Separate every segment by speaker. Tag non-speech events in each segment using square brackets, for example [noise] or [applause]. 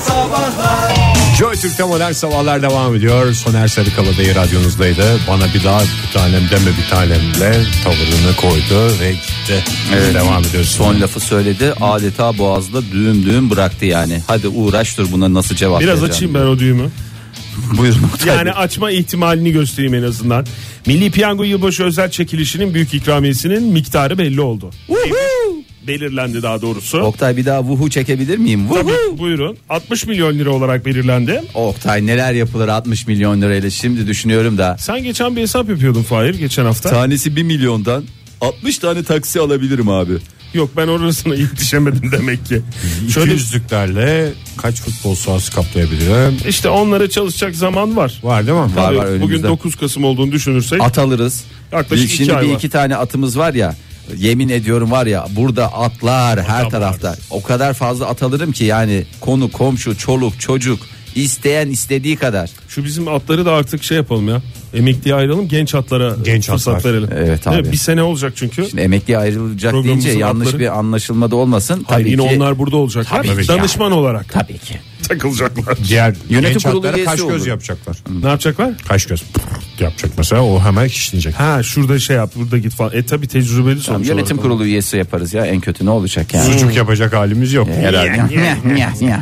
Speaker 1: Sabahlar
Speaker 2: Joy Türk'te modern sabahlar devam ediyor. Soner Sarıkalı'da radyonuzdaydı. Bana bir daha bir tanem deme bir tanemle tavırını koydu ve gitti. Evet. Devam ediyoruz.
Speaker 3: Son lafı söyledi adeta boğazda düğüm düğüm bıraktı yani. Hadi uğraş dur buna nasıl cevap
Speaker 4: Biraz
Speaker 3: vereceğim
Speaker 4: açayım
Speaker 3: diye.
Speaker 4: ben o düğümü.
Speaker 3: Buyurun Oktay
Speaker 4: Yani
Speaker 3: Bey.
Speaker 4: açma ihtimalini göstereyim en azından. Milli Piyango Yılbaşı Özel Çekilişinin büyük ikramiyesinin miktarı belli oldu. Belirlendi daha doğrusu.
Speaker 3: Oktay bir daha vuhu çekebilir miyim? Vuhu.
Speaker 4: Tabii, buyurun. 60 milyon lira olarak belirlendi.
Speaker 3: Oktay neler yapılır 60 milyon lirayla şimdi düşünüyorum da.
Speaker 4: Sen geçen bir hesap yapıyordun Fahir geçen hafta.
Speaker 3: Tanesi 1 milyondan 60 tane taksi alabilirim abi.
Speaker 4: Yok ben orasına [laughs] yetişemedim demek ki. Şöyle
Speaker 2: 200'lüklerle kaç futbol sahası kaplayabilirim?
Speaker 4: işte onlara çalışacak zaman var.
Speaker 2: Var değil mi?
Speaker 3: Var.
Speaker 4: Tabii, bugün
Speaker 3: önümüzde.
Speaker 4: 9 Kasım olduğunu düşünürsek
Speaker 3: At alırız.
Speaker 4: Yaklaşık iki
Speaker 3: Şimdi
Speaker 4: ay
Speaker 3: bir
Speaker 4: var.
Speaker 3: iki tane atımız var ya. Yemin ediyorum var ya burada atlar her tarafta. O kadar fazla at alırım ki yani konu komşu çoluk çocuk isteyen istediği kadar.
Speaker 4: şu bizim atları da artık şey yapalım ya. Emekliye ayıralım genç atlara
Speaker 2: Genç
Speaker 4: fırsat
Speaker 2: atlar.
Speaker 4: verelim.
Speaker 3: Evet
Speaker 4: Değil mi?
Speaker 3: abi.
Speaker 4: Bir sene olacak çünkü.
Speaker 3: Şimdi emekliye ayrılacak
Speaker 4: Programımızın
Speaker 3: deyince yanlış
Speaker 4: atları-
Speaker 3: bir anlaşılma da olmasın.
Speaker 4: Hayır,
Speaker 3: tabii
Speaker 4: yine
Speaker 3: ki,
Speaker 4: onlar burada olacaklar.
Speaker 3: Tabii ki.
Speaker 4: Danışman olarak
Speaker 3: Tabii ki.
Speaker 4: takılacaklar.
Speaker 2: Diğer
Speaker 3: Yönetim
Speaker 2: genç
Speaker 3: kurulu
Speaker 2: hatlara
Speaker 3: üyesi
Speaker 2: kaş göz
Speaker 3: olur.
Speaker 2: yapacaklar.
Speaker 4: ne yapacaklar?
Speaker 2: Kaş göz yapacak mesela o hemen kişneyecek.
Speaker 4: Ha şurada şey yap burada git falan. E tabi tecrübeli sonuç
Speaker 3: Tamam, yönetim
Speaker 4: olarak.
Speaker 3: kurulu üyesi yaparız ya en kötü ne olacak yani.
Speaker 2: Sucuk yapacak halimiz yok.
Speaker 3: Herhalde. [laughs]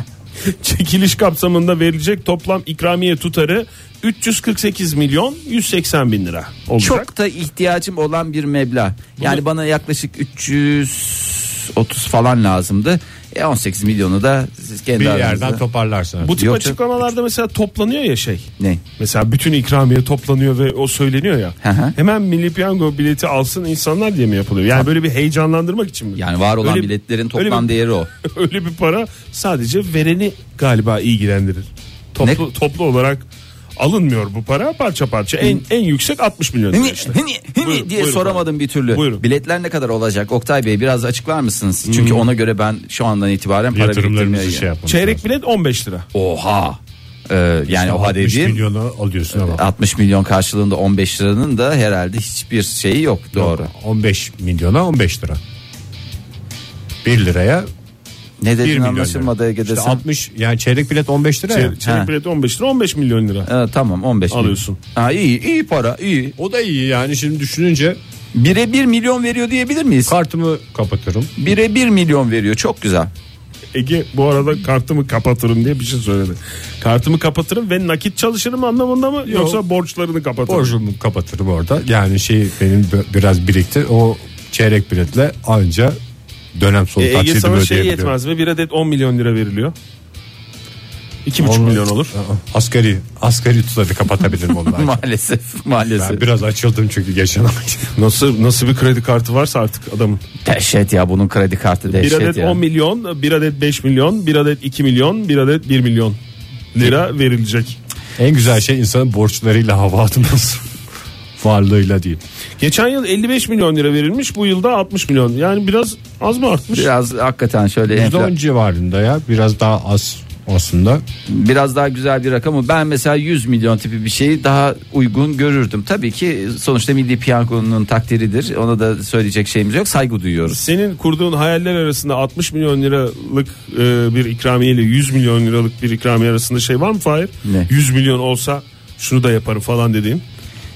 Speaker 4: Çekiliş kapsamında verilecek toplam ikramiye tutarı 348 milyon 180 bin lira olacak.
Speaker 3: Çok da ihtiyacım olan bir meblağ. Yani bana yaklaşık 330 falan lazımdı. E 18 milyonu da siz kendi
Speaker 2: Bir
Speaker 3: aranızda-
Speaker 2: yerden toparlarsın.
Speaker 4: Bu tip
Speaker 3: Yok canım.
Speaker 4: açıklamalarda mesela toplanıyor ya şey.
Speaker 3: Ne?
Speaker 4: Mesela bütün ikramiye toplanıyor ve o söyleniyor ya.
Speaker 3: Hı hı.
Speaker 4: Hemen milli piyango bileti alsın insanlar diye mi yapılıyor? Yani böyle bir heyecanlandırmak için mi?
Speaker 3: Yani var olan
Speaker 4: Öyle-
Speaker 3: biletlerin
Speaker 4: öyle
Speaker 3: toplam
Speaker 4: bir-
Speaker 3: değeri o.
Speaker 4: [laughs] Öyle bir para sadece vereni galiba ilgilendirir. Toplu,
Speaker 3: Ne?
Speaker 4: toplu olarak alınmıyor bu para parça parça. En en yüksek 60 milyon lira
Speaker 3: Hini,
Speaker 4: işte.
Speaker 3: hini, hini [laughs]
Speaker 4: Buyurun,
Speaker 3: diye
Speaker 4: buyurun
Speaker 3: soramadım bir türlü.
Speaker 4: Buyurun.
Speaker 3: Biletler ne kadar olacak? Oktay Bey biraz açıklar mısınız? Çünkü ona göre ben şu andan itibaren para biriktirmeye...
Speaker 2: Yatırımlarımızı Hmm. şey yapmamız
Speaker 4: Çeyrek bilet 15 lira.
Speaker 3: Oha. Ee, yani oha
Speaker 2: 60
Speaker 3: dediğim
Speaker 2: milyonu alıyorsun ama.
Speaker 3: 60 milyon karşılığında 15 liranın da herhalde hiçbir şeyi yok. Doğru.
Speaker 2: 15 milyona 15 lira. 1 liraya
Speaker 3: Ne
Speaker 2: 1
Speaker 3: dediğin
Speaker 2: milyon lira.
Speaker 3: anlaşılmadı Ege'de.
Speaker 2: İşte
Speaker 3: sen.
Speaker 2: 60 yani çeyrek bilet 15 lira ya.
Speaker 4: Çeyrek, çeyrek
Speaker 3: Ha.
Speaker 4: bilet 15 lira 15 milyon lira.
Speaker 3: Ee, tamam 15 milyon.
Speaker 4: Alıyorsun.
Speaker 3: Ha, iyi iyi para iyi.
Speaker 2: O da iyi yani şimdi düşününce
Speaker 3: Bire 1 milyon veriyor diyebilir miyiz?
Speaker 2: kartımı kapatırım.
Speaker 3: Bire 1 milyon veriyor çok güzel.
Speaker 4: Ege bu arada kartımı kapatırım diye bir şey söyledi. Kartımı kapatırım ve nakit çalışırım anlamında mı yoksa borçlarını kapatırım?
Speaker 2: Borcumu kapatırım orada. Yani şey benim bi- biraz birikti. O çeyrek biletle anca dönem sonu
Speaker 4: E,
Speaker 2: e,
Speaker 4: Ege
Speaker 2: taksidimi
Speaker 4: sana şey
Speaker 2: ödeyebiliyorum.
Speaker 4: yetmez mi? Bir adet 10 milyon lira veriliyor. 2,5
Speaker 2: Onunla-
Speaker 4: milyon olur.
Speaker 2: Aa, Asgari, asgari tutarı
Speaker 3: [laughs]
Speaker 2: kapatabilirim ondan.
Speaker 3: maalesef
Speaker 2: ben
Speaker 3: maalesef.
Speaker 2: biraz açıldım çünkü geçen ay.
Speaker 4: [laughs] Nasıl nasıl bir kredi kartı varsa artık adamın.
Speaker 3: Dehşet ya bunun kredi kartı
Speaker 4: Bir
Speaker 3: dehşet
Speaker 4: adet
Speaker 3: ya.
Speaker 4: 10 milyon, bir adet 5 milyon, bir adet 2 milyon, bir adet 1 milyon lira verilecek.
Speaker 2: en güzel şey insanın borçlarıyla
Speaker 3: [laughs]
Speaker 2: hava atması. Varlığıyla değil.
Speaker 4: Geçen yıl 55 milyon lira verilmiş, bu yılda 60 milyon. Yani biraz az mı artmış?
Speaker 3: Biraz hakikaten şöyle enfla-
Speaker 2: %10 civarında ya biraz daha az aslında.
Speaker 3: biraz daha güzel bir rakamı ben mesela 100 milyon tipi bir şeyi daha uygun görürdüm. Tabii ki sonuçta Milli Piyango'nun takdiridir. Ona da söyleyecek şeyimiz yok. Saygı duyuyoruz.
Speaker 4: Senin kurduğun hayaller arasında 60 milyon liralık e, bir ikramiye ile 100 milyon liralık bir ikramiye arasında şey var mı Fahir?
Speaker 3: Ne?
Speaker 4: 100 milyon olsa şunu da yaparım falan dediğim.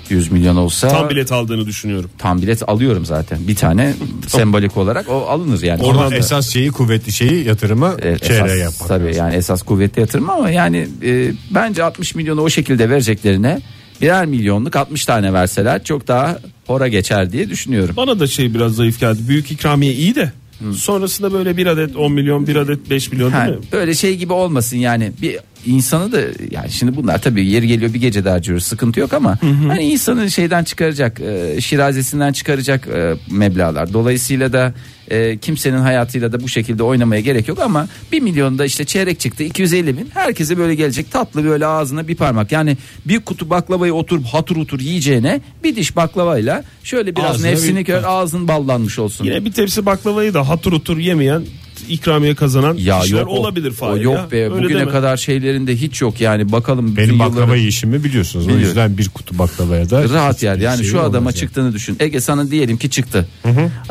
Speaker 3: 100 milyon olsa
Speaker 4: Tam bilet aldığını düşünüyorum.
Speaker 3: tam bilet alıyorum zaten. Bir
Speaker 2: [laughs]
Speaker 3: tane sembolik olarak o alınır yani.
Speaker 2: Oradan
Speaker 3: Ama
Speaker 4: da-
Speaker 2: esas şeyi kuvvetli şeyi yatırımı
Speaker 3: e,
Speaker 2: çeyreğe
Speaker 3: esas,
Speaker 2: yapmak.
Speaker 3: tabii yani esas kuvvetli yatırım ama yani e, bence 60 milyonu o şekilde vereceklerine birer milyonluk 60 tane verseler çok daha hora geçer diye düşünüyorum.
Speaker 4: Bana da şey biraz zayıf geldi. Büyük ikramiye iyi de sonrasında böyle bir adet 10 milyon, bir adet 5 milyon değil
Speaker 3: Hmm. Ha,
Speaker 4: mi?
Speaker 3: böyle şey gibi olmasın yani bir insanı da yani şimdi bunlar tabii yeri geliyor bir gece de harcıyoruz sıkıntı yok ama hani insanın şeyden çıkaracak e, şirazesinden çıkaracak e, meblağlar dolayısıyla da e, kimsenin hayatıyla da bu şekilde oynamaya gerek yok ama 1 milyonda işte çeyrek çıktı 250 bin herkese böyle gelecek tatlı böyle ağzına bir parmak yani bir kutu baklavayı oturup hatır otur yiyeceğine bir diş baklavayla şöyle biraz
Speaker 2: Ağzına
Speaker 3: nefsini
Speaker 2: bir-
Speaker 3: kör ağzın ballanmış olsun.
Speaker 4: Yine bir tepsi baklavayı da hatır otur yemeyen ikramiye kazanan
Speaker 3: Ya
Speaker 4: kişiler
Speaker 3: yok o-
Speaker 4: olabilir
Speaker 3: o
Speaker 4: Fahir
Speaker 3: yok
Speaker 4: ya.
Speaker 3: be
Speaker 4: Öyle
Speaker 3: bugüne
Speaker 4: deme.
Speaker 3: kadar şeylerinde hiç yok yani bakalım bütün
Speaker 2: Benim baklava
Speaker 3: yılların-
Speaker 2: işimi biliyorsunuz. O
Speaker 3: Biliyorum.
Speaker 2: yüzden bir kutu baklavaya da
Speaker 3: rahat
Speaker 2: hiçbir
Speaker 3: yer yani
Speaker 2: şey
Speaker 3: şu
Speaker 2: olmaz
Speaker 3: adama
Speaker 2: yani.
Speaker 3: çıktığını düşün Ege sana diyelim ki çıktı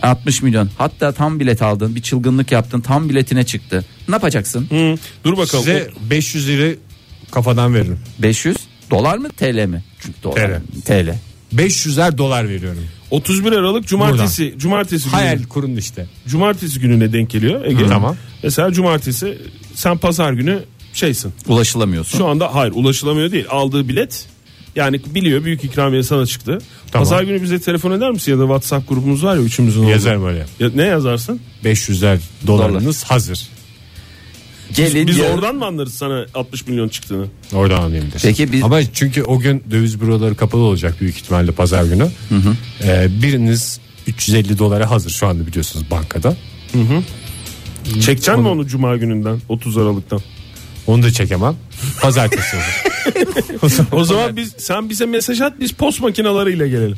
Speaker 3: 60 milyon hatta tam bilet aldın bir çılgınlık yaptın tam biletine çıktı ne yapacaksın
Speaker 4: Hı, dur bakalım.
Speaker 2: Size 500 lira kafadan veririm.
Speaker 3: 500 dolar mı TL mi çünkü dolar TL
Speaker 2: 500'er dolar veriyorum.
Speaker 4: 31 Aralık cumartesi cumartesi günü.
Speaker 2: Hayal kurun işte.
Speaker 4: Cumartesi gününe denk geliyor Ege.
Speaker 2: Hı, tamam.
Speaker 4: Mesela cumartesi sen pazar günü şeysin.
Speaker 3: ulaşılamıyorsun
Speaker 4: Şu anda hayır ulaşılamıyor değil. Aldığı bilet yani biliyor büyük ikramiye sana çıktı.
Speaker 2: Tamam.
Speaker 4: Pazar günü bize telefon eder misin ya da WhatsApp grubumuz var ya üçümüzün olduğu.
Speaker 2: Yazarım oraya.
Speaker 4: Ya, ne yazarsın?
Speaker 2: 500'er dolarınız hazır.
Speaker 3: gelin
Speaker 4: Biz
Speaker 3: yarın-
Speaker 4: oradan mı anlarız sana 60 milyon çıktığını?
Speaker 2: Oradan anlayabiliriz.
Speaker 3: Peki biz-
Speaker 2: Ama çünkü o gün döviz büroları kapalı olacak büyük ihtimalle pazar günü. Ee, biriniz 350 dolara hazır şu anda biliyorsunuz bankada.
Speaker 4: Çekeceksin mi onu cuma gününden 30 Aralık'tan?
Speaker 2: Onu da çekemem. Pazartesi [laughs] olur.
Speaker 4: [laughs] O zaman biz sen bize mesaj at biz post makinalarıyla gelelim.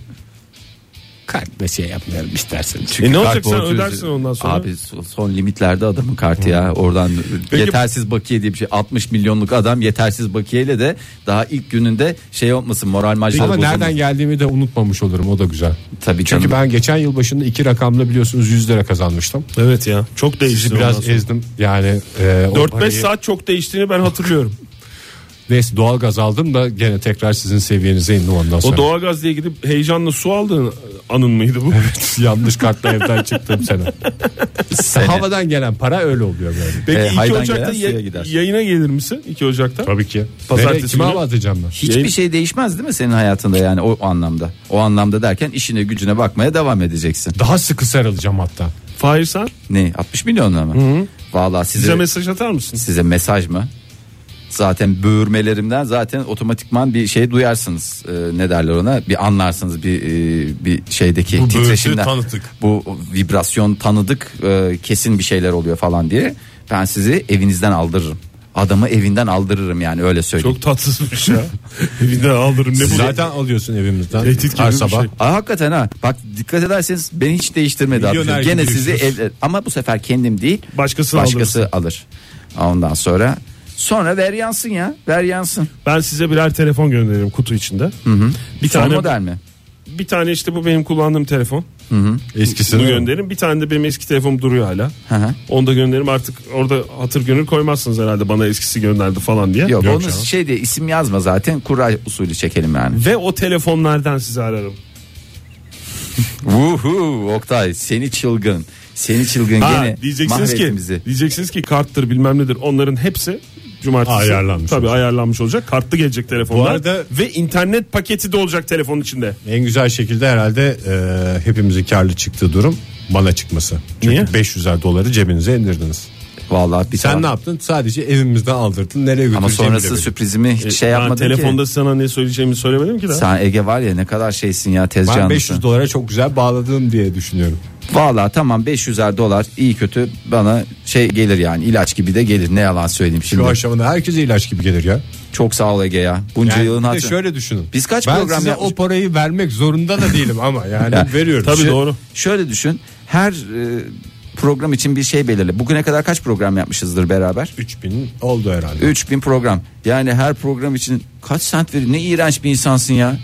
Speaker 2: Kartla şey yapmayalım isterseniz.
Speaker 4: E ne olacak
Speaker 3: Kart
Speaker 4: sen
Speaker 3: borcu-
Speaker 4: ödersin ondan sonra.
Speaker 3: Abi son- son limitlerde adamın kartı ya. Oradan yetersiz bakiye diye bir şey 60 milyonluk adam yetersiz bakiyeyle de daha ilk gününde şey olmasın moral majları
Speaker 2: Ama
Speaker 3: bozulmasın.
Speaker 2: nereden geldiğimi de unutmamış olurum o da güzel.
Speaker 3: Tabii
Speaker 2: Çünkü
Speaker 3: canım.
Speaker 2: ben geçen yıl başında iki rakamla biliyorsunuz 100 lira kazanmıştım.
Speaker 4: Evet ya çok değişti.
Speaker 2: Sizi biraz ezdim yani. E, o
Speaker 4: 4-5
Speaker 2: parayı-
Speaker 4: saat çok değiştiğini ben hatırlıyorum.
Speaker 2: Neyse doğalgaz aldım da gene tekrar sizin seviyenize indim ondan sonra.
Speaker 4: O doğalgaz diye gidip heyecanla su aldığın anın mıydı bu?
Speaker 2: [laughs] Yanlış kartla evden çıktım sene. Havadan gelen para öyle oluyor böyle.
Speaker 4: Peki
Speaker 3: E,
Speaker 4: 2
Speaker 3: haydan
Speaker 4: Ocak'ta
Speaker 3: gelen suya
Speaker 4: ya-
Speaker 3: gider.
Speaker 4: yayına gelir misin 2 Ocak'ta?
Speaker 2: Tabii ki.
Speaker 4: Pazartesi
Speaker 2: Nereye, kime
Speaker 4: günü-
Speaker 2: hava atacağım ben?
Speaker 3: Hiçbir
Speaker 4: Yayın-
Speaker 3: şey değişmez değil mi senin hayatında yani o anlamda? O anlamda derken işine gücüne bakmaya devam edeceksin.
Speaker 2: Daha sıkı sarılacağım hatta.
Speaker 4: Fahir sen
Speaker 3: Ne 60 milyonla mı? Vallahi size
Speaker 4: bize mesaj atar mısın?
Speaker 3: size mesaj mı? Zaten böğürmelerimden zaten otomatikman bir şey duyarsınız. Ee, ne derler ona? Bir anlarsınız bir e, bir şeydeki
Speaker 2: Bu böğürtü
Speaker 3: titreşimden.
Speaker 2: tanıdık.
Speaker 3: Bu vibrasyon tanıdık e, kesin bir şeyler oluyor falan diye. Ben sizi evinizden aldırırım. Adamı evinden aldırırım yani öyle söyleyeyim.
Speaker 4: Çok tatsızmış
Speaker 2: [laughs]
Speaker 4: ya. [laughs] Evinden alırım ne bu?
Speaker 2: Zaten alıyorsun evimizden.
Speaker 4: Tehdit gibi
Speaker 2: Her
Speaker 4: bir
Speaker 2: sabah.
Speaker 4: şey.
Speaker 3: Aa, hakikaten ha. Bak dikkat ederseniz beni hiç değiştirmedi.
Speaker 2: Milyoner
Speaker 3: Abi. Gene
Speaker 2: gibi
Speaker 3: sizi
Speaker 2: yaşıyorsun.
Speaker 3: ev- ama bu sefer kendim değil.
Speaker 4: Başkasını
Speaker 3: başkası alır. Ondan sonra sonra ver yansın ya. Ver yansın.
Speaker 4: Ben size birer telefon gönderirim kutu içinde. Bir
Speaker 3: Son
Speaker 4: tane
Speaker 3: model mi?
Speaker 4: bir tane işte bu benim kullandığım telefon.
Speaker 2: Eskisini.
Speaker 4: Bunu gönderirim. Bir tane de benim eski telefonum duruyor hala.
Speaker 3: Hı hı.
Speaker 4: Onu da gönderirim artık orada hatır gönül koymazsınız herhalde bana eskisi gönderdi falan diye.
Speaker 3: Yok,
Speaker 2: Yok
Speaker 3: onu
Speaker 2: canım.
Speaker 3: şey diye isim yazma zaten kura usulü çekelim yani.
Speaker 4: Ve o telefonlardan sizi ararım.
Speaker 3: Vuhu Oktay seni çılgın. Seni çılgın
Speaker 4: Ha,
Speaker 3: gene
Speaker 4: diyeceksiniz ki
Speaker 3: mahvettin bizi.
Speaker 4: diyeceksiniz ki karttır bilmem nedir onların hepsi cumartesi
Speaker 2: Ayarlanmış
Speaker 4: tabii
Speaker 2: olacak.
Speaker 4: ayarlanmış olacak kartlı gelecek telefonlar
Speaker 2: Bu arada-
Speaker 4: ve internet paketi de olacak telefonun içinde.
Speaker 2: En güzel şekilde herhalde e, hepimizin karlı çıktığı durum bana çıkması. Çünkü
Speaker 4: Niye?
Speaker 2: 500'er doları cebinize indirdiniz.
Speaker 3: Vallahi bir
Speaker 2: Sen
Speaker 3: tane-
Speaker 2: ne yaptın? Sadece evimizden aldırdın. Nereye götüreceğimi
Speaker 3: Ama
Speaker 2: de
Speaker 3: sonrası
Speaker 2: bilmiyorum.
Speaker 3: sürprizimi hiç şey
Speaker 4: Ben
Speaker 3: yapmadın
Speaker 4: e, telefonda
Speaker 3: ki.
Speaker 4: sana ne söyleyeceğimi söylemedim ki daha.
Speaker 3: Sen Ege var ya ne kadar şeysin ya
Speaker 2: Ben
Speaker 3: tezcanlısın.
Speaker 2: 500 dolara çok güzel bağladım diye düşünüyorum.
Speaker 3: Vallahi tamam 500'er dolar iyi kötü bana şey gelir yani ilaç gibi de gelir ne yalan söyleyeyim şimdi.
Speaker 2: Şu aşamada herkese ilaç gibi gelir ya.
Speaker 3: Çok sağ ol Ege ya. Bunca
Speaker 2: Yani
Speaker 3: yılın
Speaker 2: bir de
Speaker 3: hatırı.
Speaker 2: şöyle düşünün.
Speaker 3: Biz kaç
Speaker 2: ben
Speaker 3: program
Speaker 2: size
Speaker 3: yapmış-
Speaker 2: o parayı vermek zorunda da değilim ama
Speaker 3: [laughs]
Speaker 2: yani
Speaker 3: Ya,
Speaker 2: veriyorum.
Speaker 4: Tabii
Speaker 2: Şey-
Speaker 4: doğru.
Speaker 3: Şöyle düşün. Her e, program için bir şey belirle. Bugüne kadar kaç program yapmışızdır beraber?
Speaker 2: 3000 oldu herhalde.
Speaker 3: 3000 program. Yani her program için kaç sent verir? Ne iğrenç bir insansın ya.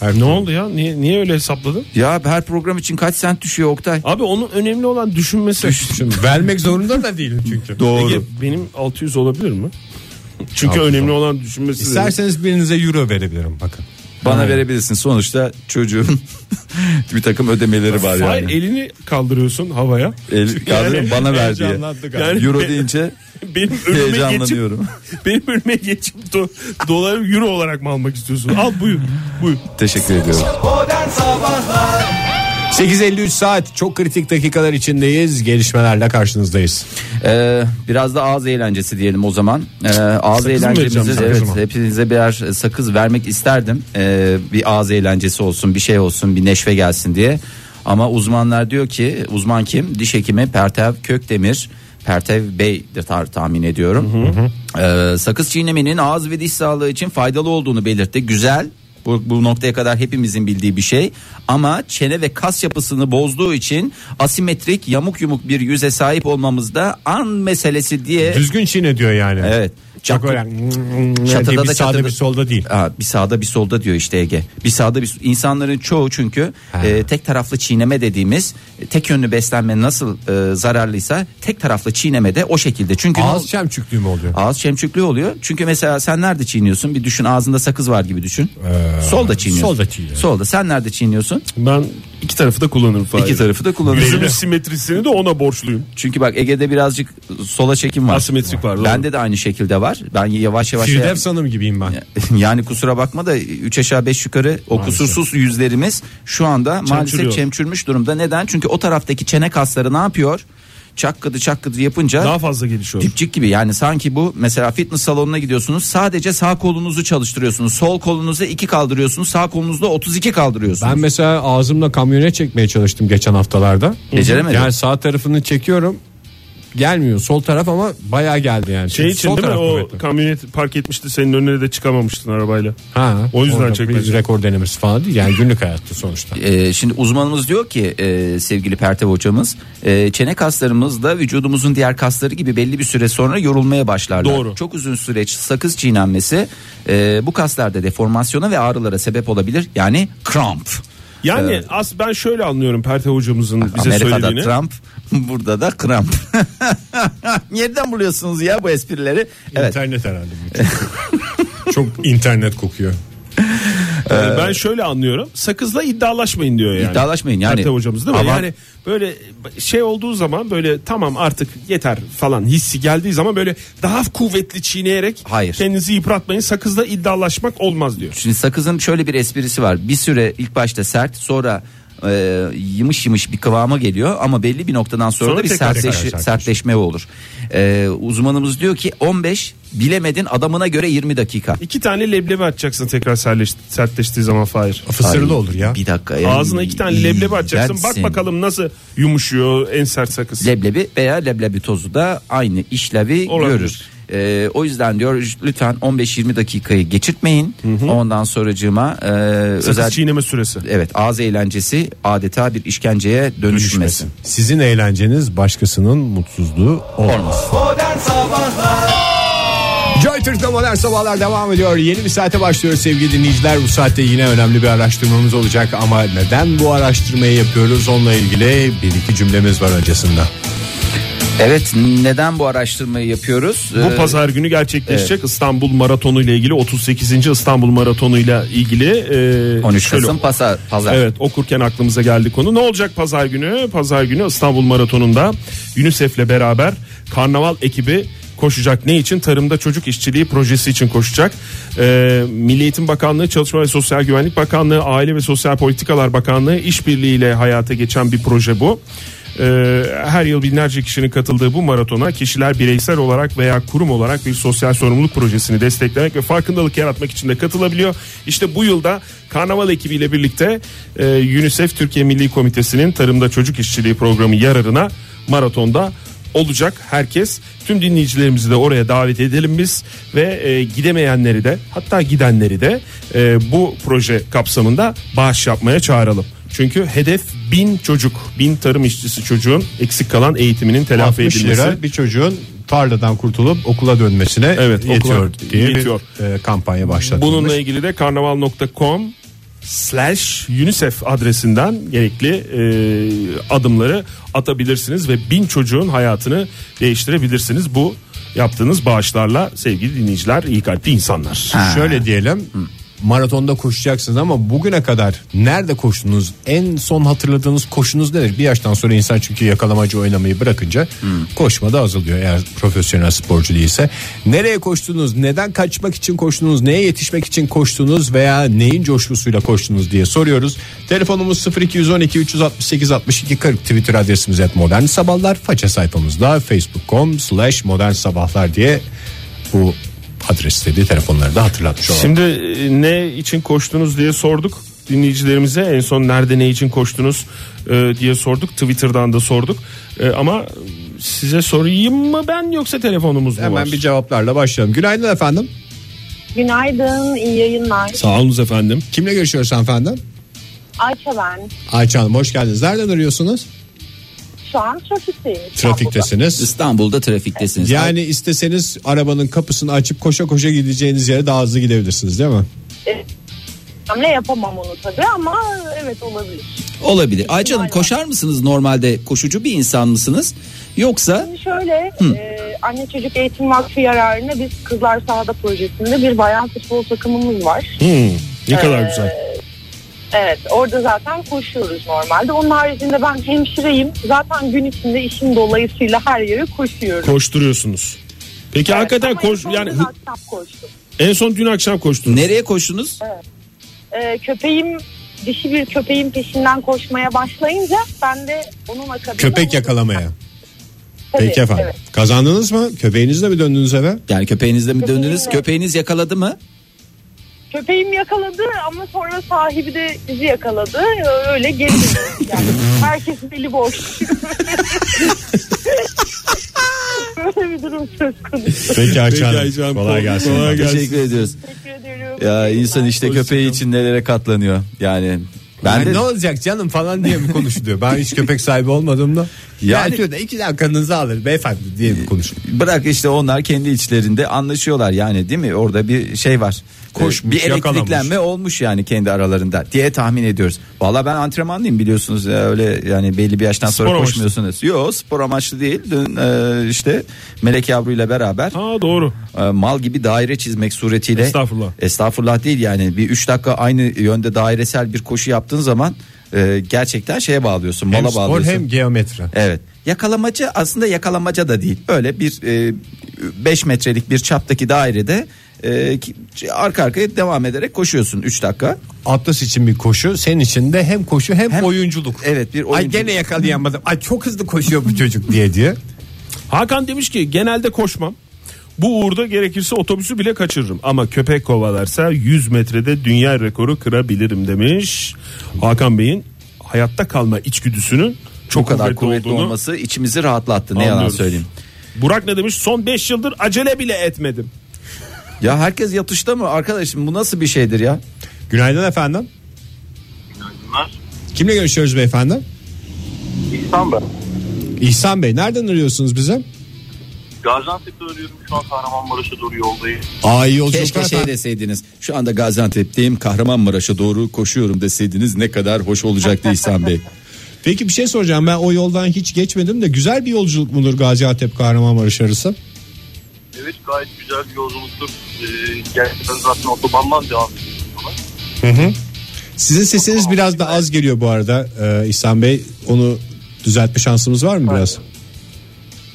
Speaker 2: Her-
Speaker 4: Ne oldu ya? Niye, niye öyle hesapladın?
Speaker 3: Ya her program için kaç sent düşüyor Oktay?
Speaker 4: Abi onun önemli olan düşünmesi.
Speaker 3: [laughs]
Speaker 2: Şimdi vermek zorunda da değilim çünkü.
Speaker 4: Ege, benim 600 olabilir mi? Çünkü
Speaker 2: 600
Speaker 4: önemli olan düşünmesi. dedi.
Speaker 2: İsterseniz birinize euro verebilirim bakın.
Speaker 3: Bana verebilirsin. Sonuçta çocuğun [laughs] bir takım ödemeleri var
Speaker 4: Hayır
Speaker 3: yani.
Speaker 4: elini kaldırıyorsun havaya. [laughs]
Speaker 3: El, kaldırın bana ver diye.
Speaker 2: heyecanlandı galiba.
Speaker 4: Yani
Speaker 3: Euro
Speaker 4: be-
Speaker 3: deyince
Speaker 4: [laughs] benim önüme geçip [laughs]
Speaker 3: heyecanlanıyorum.
Speaker 4: benim önüme geçip do, doları euro olarak mı almak istiyorsun? Al buyur. Buyur.
Speaker 3: Teşekkür ediyorum.
Speaker 2: 8.53 saat çok kritik dakikalar içindeyiz. Gelişmelerle karşınızdayız.
Speaker 3: Ee, biraz da ağız eğlencesi diyelim o zaman. Ee, ağız
Speaker 4: mı vereceğim,
Speaker 3: eğlencemizi
Speaker 4: sakız
Speaker 3: evet,
Speaker 4: mı?
Speaker 3: hepinize birer e, sakız vermek isterdim. Ee, bir ağız eğlencesi olsun, bir şey olsun, bir neşve gelsin diye. Ama uzmanlar diyor ki, uzman kim? Diş hekimi Pertev Kökdemir. Pertev Bey'dir tar- tahmin ediyorum. Ee, sakız çiğnemenin ağız ve diş sağlığı için faydalı olduğunu belirtti. Güzel Bu, bu noktaya kadar hepimizin bildiği bir şey. Ama çene ve kas yapısını bozduğu için asimetrik yamuk yumuk bir yüze sahip olmamızda an meselesi diye.
Speaker 2: Düzgün çiğne diyor yani.
Speaker 3: Evet.
Speaker 2: Çok
Speaker 3: Çakı-
Speaker 2: öyle
Speaker 3: Çatıda
Speaker 2: diye
Speaker 3: da
Speaker 2: bir sağda
Speaker 3: çatıda-
Speaker 2: bir solda değil.
Speaker 3: Aa, bir sağda bir solda diyor işte Ege. Bir sağda bir insanların çoğu çünkü
Speaker 2: Ha.
Speaker 3: e, tek taraflı çiğneme dediğimiz e, tek yönlü beslenme nasıl e, zararlıysa tek taraflı çiğneme de o şekilde. Çünkü ne
Speaker 2: Ağız
Speaker 3: ol-
Speaker 2: çemçüklüğü mü oluyor?
Speaker 3: ağız çemçüklüğü oluyor. Çünkü mesela sen nerede çiğniyorsun? Bir düşün ağzında sakız var gibi düşün. solda çiğniyorsun.
Speaker 2: Ee, solda çiğniyorum.
Speaker 3: Solda. Sen nerede çiğniyorsun?
Speaker 4: Ben iki tarafı da kullanırım. Fahir.
Speaker 3: İki tarafı da
Speaker 4: Yüzümün
Speaker 3: kullanıyorsun.
Speaker 4: simetrisini de ona borçluyum.
Speaker 3: Çünkü bak Ege'de birazcık sola çekim var.
Speaker 4: Asimetrik var, doğru.
Speaker 3: Bende de aynı şekilde var. Ben yavaş yavaş şey-
Speaker 2: Firdevs Hanım gibiyim ben.
Speaker 3: [laughs] Yani kusura bakma da 3 aşağı 5 yukarı o kusursuz yüzlerimiz şu anda maalesef çemçürmüş durumda. Neden? Çünkü o taraftaki çene kasları ne yapıyor? Çakkıdı çakkıdı yapınca
Speaker 4: Daha fazla gelişiyor.
Speaker 3: dipçik gibi yani sanki bu mesela fitness salonuna gidiyorsunuz sadece sağ kolunuzu çalıştırıyorsunuz. Sol kolunuzu 2 kaldırıyorsunuz sağ kolunuzda 32 kaldırıyorsunuz.
Speaker 2: Ben mesela ağzımla kamyonet çekmeye çalıştım geçen haftalarda.
Speaker 3: Beceremedin.
Speaker 2: Yani sağ tarafını çekiyorum. Gelmiyor. Sol taraf ama bayağı geldi yani.
Speaker 4: Şey
Speaker 2: Çünkü
Speaker 4: için
Speaker 2: sol
Speaker 4: değil mi
Speaker 2: taraf
Speaker 4: o
Speaker 2: kuvvetli.
Speaker 4: kamyonet park etmişti senin önüne de çıkamamıştın arabayla.
Speaker 2: Ha,
Speaker 4: O yüzden
Speaker 2: orada
Speaker 4: çekmedi.
Speaker 2: Bir rekor denemesi falan değil. Yani günlük hayatta sonuçta.
Speaker 3: Ee, şimdi uzmanımız diyor ki e, sevgili Pertev hocamız e, çene kaslarımız da vücudumuzun diğer kasları gibi belli bir süre sonra yorulmaya başlarlar.
Speaker 4: Doğru.
Speaker 3: Çok uzun süreç sakız çiğnenmesi e, bu kaslarda deformasyona ve ağrılara sebep olabilir. Yani kramp. E,
Speaker 4: Yani as ben şöyle anlıyorum Perte hocamızın bize
Speaker 3: Amerika'da
Speaker 4: söylediğini.
Speaker 3: Trump [laughs] burada da kramp. Nereden buluyorsunuz ya bu esprileri? Evet.
Speaker 2: İnternet herhalde bu. Çok, [laughs] çok internet kokuyor.
Speaker 4: Yani Ee, ben şöyle anlıyorum. Sakızla iddialaşmayın diyor yani.
Speaker 3: İddialaşmayın yani.
Speaker 4: Pertev hocamız değil mi?
Speaker 3: Ama-
Speaker 4: Yani böyle şey olduğu zaman böyle tamam artık yeter falan hissi geldiği zaman böyle daha kuvvetli çiğneyerek
Speaker 3: Hayır.
Speaker 4: kendinizi yıpratmayın. Sakızla iddialaşmak olmaz diyor.
Speaker 3: Şimdi sakızın şöyle bir esprisi var. Bir süre ilk başta sert sonra e, yımış yımış bir kıvama geliyor ama belli bir noktadan sonra,
Speaker 4: Sonra
Speaker 3: da bir
Speaker 4: tekrar
Speaker 3: sertleş-
Speaker 4: tekrar
Speaker 2: sertleşiyor.
Speaker 3: sertleşme olur. E, uzmanımız diyor ki 15 bilemedin adamına göre 20 dakika.
Speaker 4: İki tane leblebi atacaksın tekrar serleş- sertleştiği zaman Fahir.
Speaker 2: Fısırlı olur ya.
Speaker 3: Bir dakika. ya.
Speaker 4: Ağzına iki tane leblebi atacaksın.
Speaker 3: Dersin.
Speaker 4: Bak bakalım nasıl yumuşuyor en sert sakız.
Speaker 3: Leblebi veya leblebi tozu da aynı işlevi
Speaker 4: Olabilir.
Speaker 3: görür. E, o yüzden diyor lütfen 15-20 dakikayı geçirtmeyin. Ondan sonracığıma e,
Speaker 4: Sakız
Speaker 3: özel
Speaker 4: çiğneme süresi.
Speaker 3: evet ağız eğlencesi adeta bir işkenceye dönüşmesin.
Speaker 2: Sizin eğlenceniz başkasının mutsuzluğu olmaz. Joy Türk'te modern sabahlar devam ediyor. Yeni bir saate başlıyoruz sevgili dinleyiciler. Bu saatte yine önemli bir araştırmamız olacak ama neden bu araştırmayı yapıyoruz onunla ilgili bir iki cümlemiz var öncesinde.
Speaker 3: Evet neden bu araştırmayı yapıyoruz? Ee,
Speaker 4: Bu pazar günü gerçekleşecek İstanbul Maratonu ile ilgili 38. İstanbul Maratonu ile ilgili e,
Speaker 3: 13
Speaker 4: şöyle-
Speaker 3: Kasım pasa- pazar.
Speaker 4: Evet okurken aklımıza geldi konu. Ne olacak pazar günü? Pazar günü İstanbul Maratonu'nda UNICEF'le beraber karnaval ekibi koşacak. Ne için? Tarımda çocuk işçiliği projesi için koşacak. Ee, Milli Eğitim Bakanlığı, Çalışma ve Sosyal Güvenlik Bakanlığı, Aile ve Sosyal Politikalar Bakanlığı işbirliğiyle hayata geçen bir proje bu. Ee, her yıl binlerce kişinin katıldığı bu maratona kişiler bireysel olarak veya kurum olarak bir sosyal sorumluluk projesini desteklemek ve farkındalık yaratmak için de katılabiliyor. İşte bu yılda Karnaval ekibiyle birlikte e, UNICEF Türkiye Milli Komitesi'nin tarımda çocuk işçiliği programı yararına maratonda olacak herkes. Tüm dinleyicilerimizi de oraya davet edelim biz ve e, gidemeyenleri de hatta gidenleri de e, bu proje kapsamında bağış yapmaya çağıralım. Çünkü hedef bin çocuk, bin tarım işçisi çocuğun eksik kalan eğitiminin telafi
Speaker 2: 60
Speaker 4: edilmesi.
Speaker 2: lira bir çocuğun tarladan kurtulup okula dönmesine
Speaker 4: Evet, okula
Speaker 2: yetiyor diye
Speaker 4: yetiyor.
Speaker 2: bir e, kampanya başlatılmış.
Speaker 4: Bununla ilgili de karnaval.com slash UNICEF adresinden gerekli e, adımları atabilirsiniz ve bin çocuğun hayatını değiştirebilirsiniz. Bu yaptığınız bağışlarla sevgili dinleyiciler, iyi kalpli insanlar.
Speaker 2: Şöyle diyelim maratonda koşacaksınız ama bugüne kadar nerede koştunuz? En son hatırladığınız koşunuz nedir? Bir yaştan sonra insan çünkü yakalamacı oynamayı bırakınca koşmada azalıyor eğer profesyonel sporcu değilse. Nereye koştunuz? Neden kaçmak için koştunuz? Neye yetişmek için koştunuz veya neyin coşkusuyla koştunuz diye soruyoruz. Telefonumuz 0212 368 62 40 Twitter adresimiz et modern sabahlar. Faça sayfamızda facebook.com slash modern sabahlar diye bu adresleri telefonları da hatırlatmış olalım.
Speaker 4: Şimdi e, ne için koştunuz diye sorduk dinleyicilerimize en son nerede ne için koştunuz e, diye sorduk Twitter'dan da sorduk E, ama size sorayım mı ben yoksa telefonumuz mu var?
Speaker 2: Hemen bir cevaplarla başlayalım. Günaydın efendim.
Speaker 1: Günaydın, iyi yayınlar.
Speaker 4: Sağ olunuz efendim.
Speaker 2: Kimle görüşüyoruz hanımefendi?
Speaker 1: Ayça ben.
Speaker 2: Ayça Hanım hoş geldiniz. Nereden arıyorsunuz?
Speaker 1: Şu an trafikteyim.
Speaker 2: Trafiktesiniz.
Speaker 3: İstanbul'da trafiktesiniz.
Speaker 2: Yani isteseniz arabanın kapısını açıp koşa koşa gideceğiniz yere daha hızlı gidebilirsiniz değil mi?
Speaker 1: Hamle yapamam onu tabii ama evet olabilir.
Speaker 3: Olabilir. Ay canım
Speaker 1: Aynen.
Speaker 3: koşar mısınız normalde? Koşucu bir insan mısınız? Yoksa
Speaker 1: Şimdi şöyle e, Anne Çocuk Eğitim Vakfı yararına biz Kızlar Sahada projesinde bir bayan futbol takımımız var.
Speaker 4: Hmm, ne kadar güzel.
Speaker 1: Evet orada zaten koşuyoruz normalde. Onun haricinde ben hemşireyim. Zaten gün içinde işim dolayısıyla her yere koşuyorum.
Speaker 4: Koşturuyorsunuz. Peki
Speaker 1: Evet,
Speaker 4: hakikaten
Speaker 1: ama
Speaker 4: koş
Speaker 1: en son
Speaker 4: yani
Speaker 1: dün akşam koştum.
Speaker 4: en son dün akşam koştunuz.
Speaker 3: nereye koştunuz?
Speaker 1: Ee, köpeğim dişi bir köpeğin peşinden koşmaya başlayınca ben de onun akabinde
Speaker 2: Köpek yakalamaya.
Speaker 1: Tabii,
Speaker 2: Peki efendim.
Speaker 1: evet.
Speaker 2: Kazandınız mı? Köpeğinizle mi döndünüz eve?
Speaker 3: Yani köpeğinizle mi döndünüz?
Speaker 1: Köpeğimle.
Speaker 3: Köpeğiniz yakaladı mı?
Speaker 1: Köpeğim yakaladı ama sonra sahibi de bizi yakaladı. Ee, Öyle geri döndük
Speaker 2: [laughs]
Speaker 1: yani. Herkesin eli boş. [laughs] Böyle bir durum söz konusu.
Speaker 2: Peki Ayça
Speaker 4: Peki
Speaker 2: Hanım.
Speaker 4: Ayça Hanım,
Speaker 2: Kolay gelsin.
Speaker 4: kolay gelsin.
Speaker 3: Teşekkür ediyoruz.
Speaker 1: Teşekkür ediyorum.
Speaker 3: Ya insan işte
Speaker 4: Hoşçakalın.
Speaker 3: köpeği için nelere katlanıyor. Yani ben
Speaker 2: Yani
Speaker 3: de
Speaker 2: ne olacak canım falan diye mi konuşuluyor? Ben hiç köpek sahibi olmadığımda.
Speaker 3: Yani-
Speaker 2: Yani, yani da iki dakikanızı alır beyefendi diye mi konuşuluyor?
Speaker 3: Ee, bırak işte onlar kendi içlerinde anlaşıyorlar yani değil mi? Orada bir şey var.
Speaker 2: Koşmuş,
Speaker 3: bir elektriklenme
Speaker 2: Ee, yakalamış.
Speaker 3: olmuş yani kendi aralarında diye tahmin ediyoruz. Valla ben antrenmanlıyım biliyorsunuz ya, öyle yani belli bir yaştan sonra
Speaker 4: Spor amaçlı.
Speaker 3: koşmuyorsunuz. Yok spor amaçlı değil. Dün e, işte Melek Yavru ile beraber
Speaker 4: Ha doğru.
Speaker 3: e, mal gibi daire çizmek suretiyle
Speaker 4: Estağfurullah.
Speaker 3: estağfurullah değil yani bir 3 dakika aynı yönde dairesel bir koşu yaptığın zaman e, gerçekten şeye bağlıyorsun mala
Speaker 2: Hem spor
Speaker 3: bağlıyorsun.
Speaker 2: hem geometri.
Speaker 3: Evet. Yakalamaca aslında yakalamaca da değil. Böyle bir 5 metrelik bir çaptaki dairede e, ki- arka arkaya devam ederek koşuyorsun 3 dakika.
Speaker 2: Atlas için bir koşu senin için de hem koşu hem,
Speaker 3: Hem-
Speaker 2: oyunculuk.
Speaker 3: Evet, bir
Speaker 2: Ay
Speaker 3: oyunculuk.
Speaker 2: gene yakalayamadım. Ay çok hızlı koşuyor bu çocuk diye diye.
Speaker 4: Hakan demiş ki genelde koşmam. Bu uğurda gerekirse otobüsü bile kaçırırım. Ama köpek kovalarsa 100 metrede dünya rekoru kırabilirim demiş. Hakan Bey'in hayatta kalma içgüdüsünün çok
Speaker 3: Bu kadar
Speaker 4: kuvvetli,
Speaker 3: kuvvetli
Speaker 4: olduğunu
Speaker 3: olması içimizi rahatlattı. Ne yalan
Speaker 4: anlıyoruz.
Speaker 3: söyleyeyim.
Speaker 4: Burak ne demiş? Son 5 yıldır acele bile etmedim.
Speaker 3: Ya herkes yatışta mı arkadaşım bu nasıl bir şey şeydir ya?
Speaker 2: Günaydın efendim.
Speaker 5: Günaydınlar.
Speaker 2: Kimle görüşüyoruz beyefendi?
Speaker 5: İstanbul.
Speaker 2: İhsan Bey nereden arıyorsunuz bize?
Speaker 5: Gaziantep'te arıyorum. Şu an Kahramanmaraş'a doğru yoldayım.
Speaker 2: Ay yolculuklar
Speaker 3: Keşke şey
Speaker 2: efendim.
Speaker 3: deseydiniz. Şu anda Gaziantep'teyim Kahramanmaraş'a doğru koşuyorum deseydiniz ne kadar hoş olacaktı İhsan Bey.
Speaker 2: Peki bir şey soracağım ben o yoldan hiç geçmedim de güzel bir yolculuk mudur Gaziantep Kahramanmaraş arası?
Speaker 5: Evet gayet güzel bir yolculuktur. Ee, gerçekten zaten otobandan devam ediyoruz. yola.
Speaker 2: Sizin sesiniz biraz da az geliyor bu arada ee, İhsan Bey. Onu düzeltme şansımız var mı biraz?
Speaker 5: [laughs]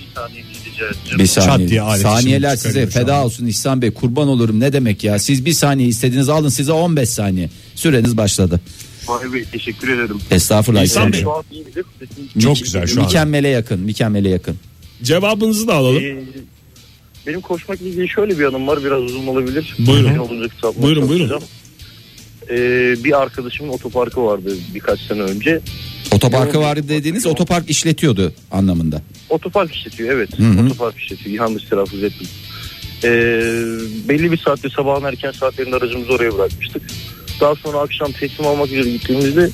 Speaker 5: Bir saniye rica edeceğim.
Speaker 3: Bir
Speaker 2: Çat
Speaker 3: saniye.
Speaker 2: diye alet
Speaker 3: Saniyeler
Speaker 2: işini
Speaker 3: size
Speaker 2: çıkarıyor şu
Speaker 3: feda
Speaker 2: anda.
Speaker 3: olsun İhsan Bey kurban olurum ne demek ya. Siz bir saniye istediniz alın size 15 saniye. Süreniz başladı.
Speaker 5: Vay be, teşekkür ederim.
Speaker 3: Estağfurullah İhsan Bey.
Speaker 5: Şu an iyi gidiyor. Sesim-
Speaker 2: Çok güzel şu an.
Speaker 3: Mükemmele yakın mükemmele yakın.
Speaker 4: Cevabınızı da alalım.
Speaker 5: Ee, benim koşmak ilgili şöyle bir anım var. Biraz uzun olabilir.
Speaker 4: Buyurun.
Speaker 5: Mümkün olduğunca kısaltmaya
Speaker 4: Buyurun, buyurun.
Speaker 5: çalışacağım. Ee, bir arkadaşımın otoparkı vardı birkaç sene önce.
Speaker 3: Otoparkı
Speaker 5: Yok.
Speaker 3: var dediğiniz otopark işletiyordu anlamında.
Speaker 5: Otopark işletiyor evet.
Speaker 3: Hı hı.
Speaker 5: Otopark işletiyor. Yanlış telaffuz ettim. Ee, belli bir saatte sabahın erken saatlerinde aracımızı oraya bırakmıştık. Daha sonra akşam teslim almak üzere gittiğimizde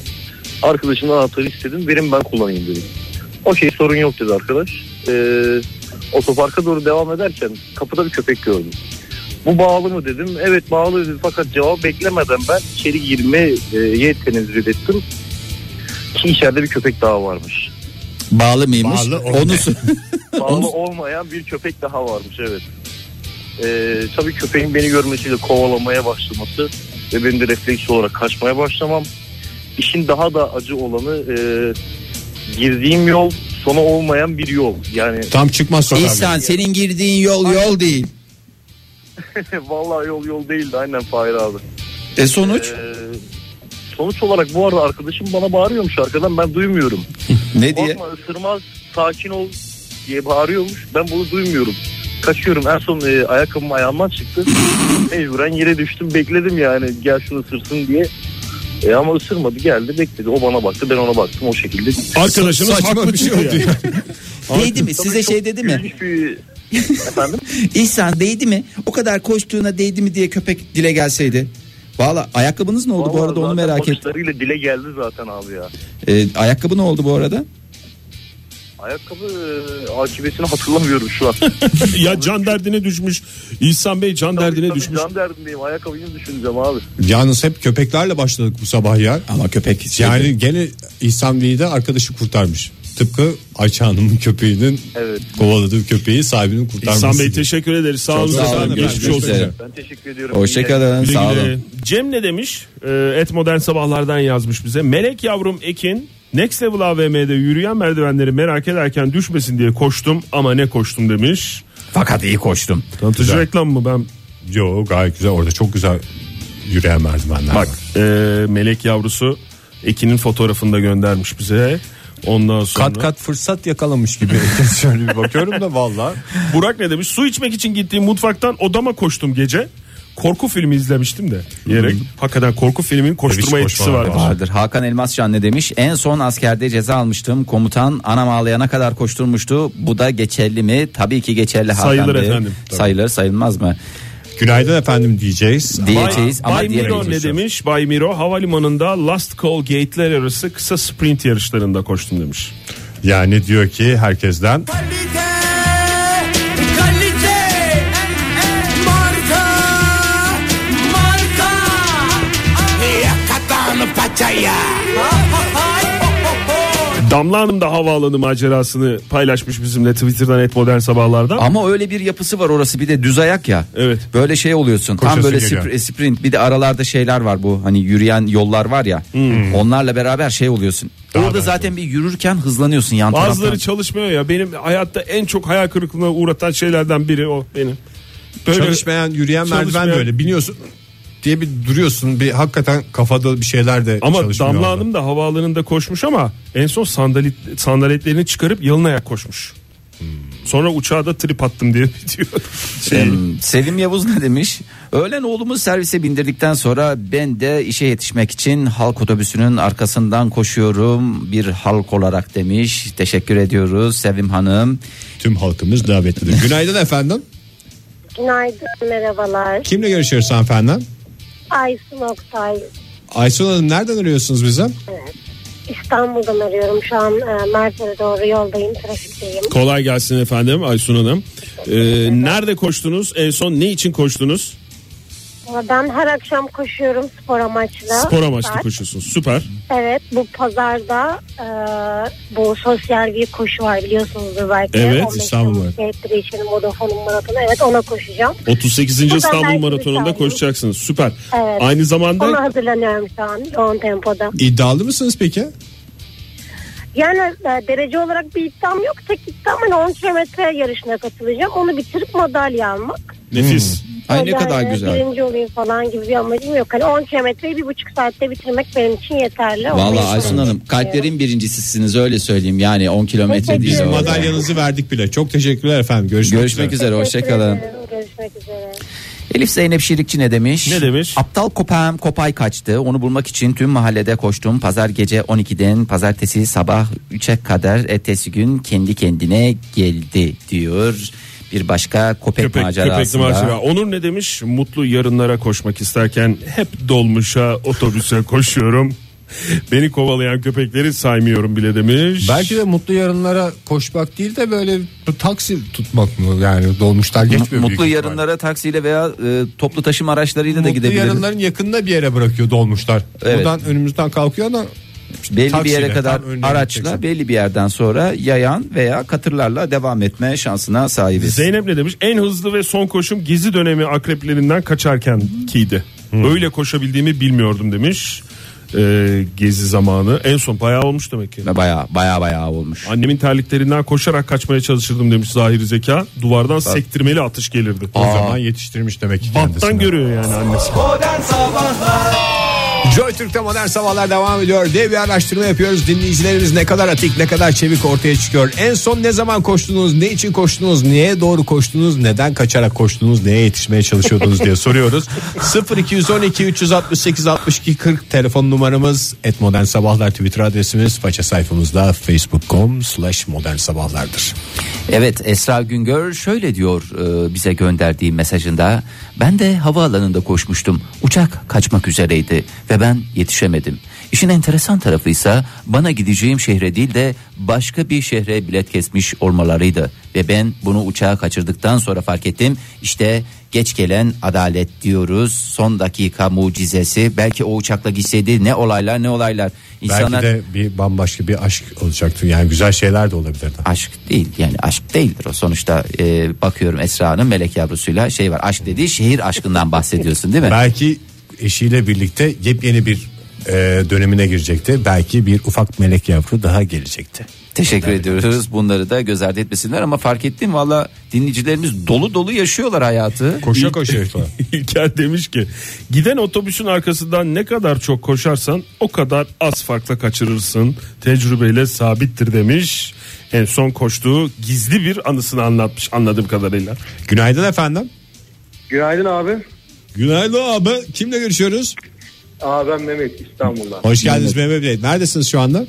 Speaker 5: arkadaşımdan anahtarı istedim. Verin ben kullanayım dedim. Okey sorun yok dedi arkadaş. Ee, otoparka doğru devam ederken kapıda bir köpek gördüm. Bu bağlı mı dedim. Evet bağlı dedi fakat cevap beklemeden ben içeri girmeye tenezzül ettim. Ki içeride bir köpek daha varmış.
Speaker 3: Bağlı mıymış?
Speaker 2: Bağlı, o
Speaker 3: Onu
Speaker 2: ne? [laughs]
Speaker 3: sor-
Speaker 5: Bağlı olmayan bir köpek daha varmış evet. Ee, tabii köpeğin beni görmesiyle kovalamaya başlaması ve benim de refleks olarak kaçmaya başlamam. İşin daha da acı olanı e, girdiğim yol sonu olmayan bir yol. Yani
Speaker 2: Tam çıkmaz sokağa.
Speaker 3: İhsan senin girdiğin yol yol değil.
Speaker 5: [laughs] vallahi yol yol değildi aynen Fahir abi.
Speaker 3: E sonuç
Speaker 5: Ee, sonuç olarak bu arada arkadaşım bana bağırıyormuş arkadan ben duymuyorum.
Speaker 3: ne diye?
Speaker 5: Korkma ısırmaz sakin ol diye bağırıyormuş. Ben bunu duymuyorum. Kaçıyorum en son e, ayakkabım ayağımdan çıktı. Mecburen yere düştüm bekledim yani gel şunu ısırsın diye. E, ama ısırmadı geldi bekledi. O bana baktı ben ona baktım o şekilde.
Speaker 4: Arkadaşımız
Speaker 2: Saçma
Speaker 4: haklı
Speaker 2: bir
Speaker 5: [laughs]
Speaker 2: şey
Speaker 4: çıktı
Speaker 2: oldu
Speaker 4: yani.
Speaker 2: ya.
Speaker 3: Değdi mi? Size
Speaker 5: Tabii çok
Speaker 3: şey dedi mi?
Speaker 5: ilginç bir-
Speaker 3: [laughs]
Speaker 6: Efendim?
Speaker 5: İhsan değdi mi? O kadar koştuğuna değdi mi diye köpek dile gelseydi. Valla ayakkabınız ne oldu bu arada onu merak ettim.
Speaker 6: Maçlarıyla dile geldi zaten abi ya.
Speaker 3: E,
Speaker 5: Ee, ayakkabı ne oldu bu arada?
Speaker 6: Ayakkabı e, akıbetini hatırlamıyorum şu an.
Speaker 4: [laughs] ya can derdine düşmüş. İhsan Bey can derdine
Speaker 6: Tabii
Speaker 4: düşmüş.
Speaker 6: Can derdindeyim. Ayakkabıyı düşüneceğim abi.
Speaker 2: Yalnız hep köpeklerle başladık bu sabah ya.
Speaker 5: Ama köpek şey-
Speaker 2: Yani gene İhsan Bey'i de arkadaşı kurtarmış. Tıpkı Ayça Hanım'ın köpeğinin
Speaker 6: Evet.
Speaker 2: kovaladığı köpeği sahibinin kurtarması.
Speaker 4: İhsan Bey
Speaker 2: gibi.
Speaker 4: teşekkür ederiz. Sağ olun.
Speaker 5: sağ olun,
Speaker 4: efendim.
Speaker 5: görüşmek
Speaker 4: Geçmiş olsun.
Speaker 5: üzere.
Speaker 6: Ben teşekkür ediyorum.
Speaker 5: Hoşçakalın
Speaker 4: Güle
Speaker 5: sağ
Speaker 4: güle.
Speaker 5: olun.
Speaker 4: Cem ne demiş? Ee, Et Modern Sabahlardan yazmış bize. Melek yavrum Ekin Next Level AVM'de yürüyen merdivenleri merak ederken düşmesin diye koştum ama ne koştum demiş.
Speaker 3: Fakat iyi koştum.
Speaker 4: Tanıtıcı
Speaker 2: Güzel.
Speaker 4: reklam mı ben?
Speaker 2: Yo gayet güzel orada çok güzel yürüyen merdivenler
Speaker 4: Bak
Speaker 2: var.
Speaker 4: e, Melek yavrusu Ekin'in fotoğrafını da göndermiş bize. Ondan sonra
Speaker 2: Kat kat fırsat yakalamış gibi. [laughs] Şöyle bir bakıyorum da valla.
Speaker 4: Burak ne demiş? Su içmek için gittiğim mutfaktan odama koştum gece. Korku filmi izlemiştim de diyerek. Hakikaten korku filmin koşturma
Speaker 2: Hmm. Tabii ki
Speaker 4: etkisi
Speaker 2: koşmalar
Speaker 4: vardır.
Speaker 2: var.
Speaker 3: Vardır. Hakan Elmascan ne demiş? En son askerde ceza almıştım. Komutan anam ağlayana kadar koşturmuştu. Bu da geçerli mi? Tabii ki geçerli Hakan
Speaker 4: Sayılır
Speaker 3: Bey.
Speaker 4: efendim, tabii.
Speaker 3: Sayılır sayılmaz mı?
Speaker 2: Günaydın efendim diyeceğiz.
Speaker 4: Bay,
Speaker 3: Diyeceğiz ama
Speaker 4: Bay Miro ne
Speaker 3: diyemeyeceğiz.
Speaker 4: demiş? Bay Miro havalimanında Last Call Gate'ler arası kısa sprint yarışlarında koştum demiş.
Speaker 2: Yani diyor ki herkesten
Speaker 4: Damla Hanım da havaalanı macerasını paylaşmış bizimle Twitter'dan et modern sabahlarda.
Speaker 3: Ama öyle bir yapısı var orası bir de düz ayak ya.
Speaker 4: Evet.
Speaker 3: Böyle şey oluyorsun.
Speaker 2: Koşası
Speaker 3: tam böyle
Speaker 2: geliyor.
Speaker 3: spr- sprint bir de aralarda şeyler var bu hani yürüyen yollar var ya.
Speaker 4: Hmm.
Speaker 3: Onlarla beraber şey oluyorsun. Orada zaten bir yürürken hızlanıyorsun yan
Speaker 4: Bazıları
Speaker 3: taraftan.
Speaker 4: çalışmıyor ya. Benim hayatta en çok hayal kırıklığına uğratan şeylerden biri o benim. Böyle
Speaker 2: çalışmayan yürüyen merdiven
Speaker 4: Çalışmayan-
Speaker 2: böyle biniyorsun diye bir duruyorsun. Bir hakikaten kafada bir şeyler de
Speaker 4: ama
Speaker 2: çalışmıyor
Speaker 4: Damla
Speaker 2: orada.
Speaker 4: Hanım da havaalanında koşmuş ama en son sandalet, sandaletlerini çıkarıp yalın ayak koşmuş.
Speaker 2: Hmm.
Speaker 4: Sonra uçağa da trip attım diye diyor. Şey,
Speaker 3: Em, Sevim Yavuz ne demiş? Öğlen oğlumu servise bindirdikten sonra ben de işe yetişmek için halk otobüsünün arkasından koşuyorum bir halk olarak demiş. Teşekkür ediyoruz Sevim Hanım.
Speaker 2: Tüm halkımız davetlidir. Günaydın efendim.
Speaker 7: Günaydın, merhabalar.
Speaker 2: Kimle görüşüyoruz hanımefendi?
Speaker 7: Aysun Oktay.
Speaker 2: Aysun Hanım nereden arıyorsunuz bize?
Speaker 7: İstanbul'dan arıyorum. Şu an e, Mersin'e doğru yoldayım, trafikteyim.
Speaker 4: Kolay gelsin efendim Aysun Hanım. Ee, nerede koştunuz? En son ne için koştunuz?
Speaker 7: Ama Ben her akşam koşuyorum spor amaçlı.
Speaker 4: Spor amaçlı
Speaker 7: Süper.
Speaker 4: koşuyorsunuz. Süper.
Speaker 7: Evet, bu pazarda e, bu sosyal bir koşu var biliyorsunuzdur belki.
Speaker 4: Evet,
Speaker 7: 15
Speaker 2: İstanbul
Speaker 7: Temmuz Gayettiri için Vodafone'un maratonu. Evet, ona koşacağım.
Speaker 4: 38.
Speaker 7: Buradan
Speaker 4: İstanbul
Speaker 7: herkese
Speaker 4: Maratonu'nda
Speaker 7: çağırıyorum.
Speaker 4: koşacaksınız. Süper.
Speaker 7: Evet.
Speaker 4: Aynı zamanda
Speaker 7: Ona hazırlanıyorum şu an yoğun tempoda.
Speaker 2: İddialı mısınız peki?
Speaker 7: Yani e, derece olarak bir iddiam yok. Tek iddiam hani 10 kilometre yarışına katılacağım. Onu bitirip madalya almak.
Speaker 4: nefis.
Speaker 5: Ay ne
Speaker 7: Yani
Speaker 5: kadar güzel.
Speaker 7: Birinci olayım falan gibi bir amacım yok. Hani 10 kilometreyi bir buçuk saatte bitirmek benim için yeterli. Onu
Speaker 5: Valla
Speaker 7: yapıyorum.
Speaker 5: Aysun Hanım kalplerin birincisisiniz öyle söyleyeyim yani 10 kilometre
Speaker 7: Teşekkür
Speaker 5: değil.
Speaker 2: Biz
Speaker 7: Evet.
Speaker 2: madalyanızı verdik bile. Çok teşekkürler efendim. Görüşmek,
Speaker 5: Görüşmek
Speaker 2: üzere.
Speaker 5: üzere
Speaker 7: Teşekkür
Speaker 5: hoşçakalın.
Speaker 7: ederim. Görüşmek üzere.
Speaker 3: Elif Zeynep Şirikçi ne demiş?
Speaker 4: Ne demiş?
Speaker 3: Aptal kopağım kopay kaçtı. Onu bulmak için tüm mahallede koştum. Pazar gece 12'den pazartesi sabah 3'e kadar ertesi gün kendi kendine geldi diyor. Bir başka köpek,
Speaker 4: Köpek, köpekli
Speaker 3: macerasında.
Speaker 4: macera. Onur ne demiş? Mutlu yarınlara koşmak isterken hep dolmuşa, otobüse koşuyorum. [laughs] Beni kovalayan köpekleri saymıyorum bile demiş.
Speaker 2: Belki de mutlu yarınlara koşmak değil de böyle bir taksi tutmak mı? Yani dolmuşlar geçmiyor.
Speaker 3: Mutlu
Speaker 2: büyük
Speaker 3: yarınlara taksiyle veya e, toplu taşıma araçlarıyla da
Speaker 2: ihtimalle. Mutlu
Speaker 3: gidebiliriz.
Speaker 2: yarınların yakında bir yere bırakıyor dolmuşlar.
Speaker 3: Evet.
Speaker 2: Buradan önümüzden kalkıyor da
Speaker 3: belli bir
Speaker 2: taksiyle,
Speaker 3: yere kadar
Speaker 2: tam önüne
Speaker 3: araçla
Speaker 2: gideceksin.
Speaker 3: belli bir yerden sonra yayan veya katırlarla devam etme şansına sahibiz.
Speaker 4: Zeynep ne demiş? En hızlı ve son koşum gizli dönemi akreplerinden kaçarken kiydi. Böyle koşabildiğimi bilmiyordum demiş. Ee, gezi zamanı. En son bayağı olmuş demek ki.
Speaker 3: Ve baya baya baya olmuş.
Speaker 4: Annemin terliklerinden koşarak kaçmaya çalışırdım demiş zahiri zeka. Duvardan sektirmeli atış gelirdi.
Speaker 2: o zaman yetiştirmiş demek ki kendisini.
Speaker 4: Alttan görüyor yani annesi.
Speaker 2: Joy Türk'te modern sabahlar devam ediyor. Dev bir araştırma yapıyoruz. Dinleyicilerimiz ne kadar atik, ne kadar çevik ortaya çıkıyor. En son ne zaman koştunuz, ne için koştunuz, niye doğru koştunuz, neden kaçarak koştunuz, neye yetişmeye çalışıyordunuz diye soruyoruz. 0212 368 62 40 telefon numaramız. Et modern sabahlar Twitter adresimiz. Faça sayfamızda facebook.com slash modern sabahlardır.
Speaker 3: Evet Esra Güngör şöyle diyor e, bize gönderdiği mesajında. Ben de havaalanında koşmuştum. Uçak kaçmak üzereydi ve ben yetişemedim. İşin enteresan tarafıysa bana gideceğim şehre değil de başka bir şehre bilet kesmiş olmalarıydı. Ve ben bunu uçağa kaçırdıktan sonra fark ettim. İşte geç gelen adalet diyoruz. Son dakika mucizesi. Belki o uçakla gitseydi ne olaylar ne olaylar. İnsanlar...
Speaker 2: Belki de bir bambaşka bir aşk olacaktı. Yani güzel şeyler de olabilirdi.
Speaker 3: aşk değil yani aşk değildir o sonuçta e, bakıyorum Esra'nın melek yavrusuyla şey var aşk dediği şehir aşkından bahsediyorsun değil mi?
Speaker 2: Belki eşiyle birlikte yepyeni bir e, dönemine girecekti. Belki bir ufak melek yavru daha gelecekti.
Speaker 3: Teşekkür ediyoruz bunları da göz ardı etmesinler ama fark ettim valla dinleyicilerimiz dolu dolu yaşıyorlar hayatı.
Speaker 2: Koşa koşa falan.
Speaker 4: [laughs] İlker demiş ki giden otobüsün arkasından ne kadar çok koşarsan o kadar az farkla kaçırırsın. Tecrübeyle sabittir demiş. En son koştuğu gizli bir anısını anlatmış anladığım kadarıyla.
Speaker 2: Günaydın efendim.
Speaker 6: Günaydın abi.
Speaker 2: Günaydın abi. Kimle görüşüyoruz?
Speaker 6: Aa ben Mehmet İstanbul'dan.
Speaker 2: Hoş geldiniz Mehmet Bey. Neredesiniz şu anda?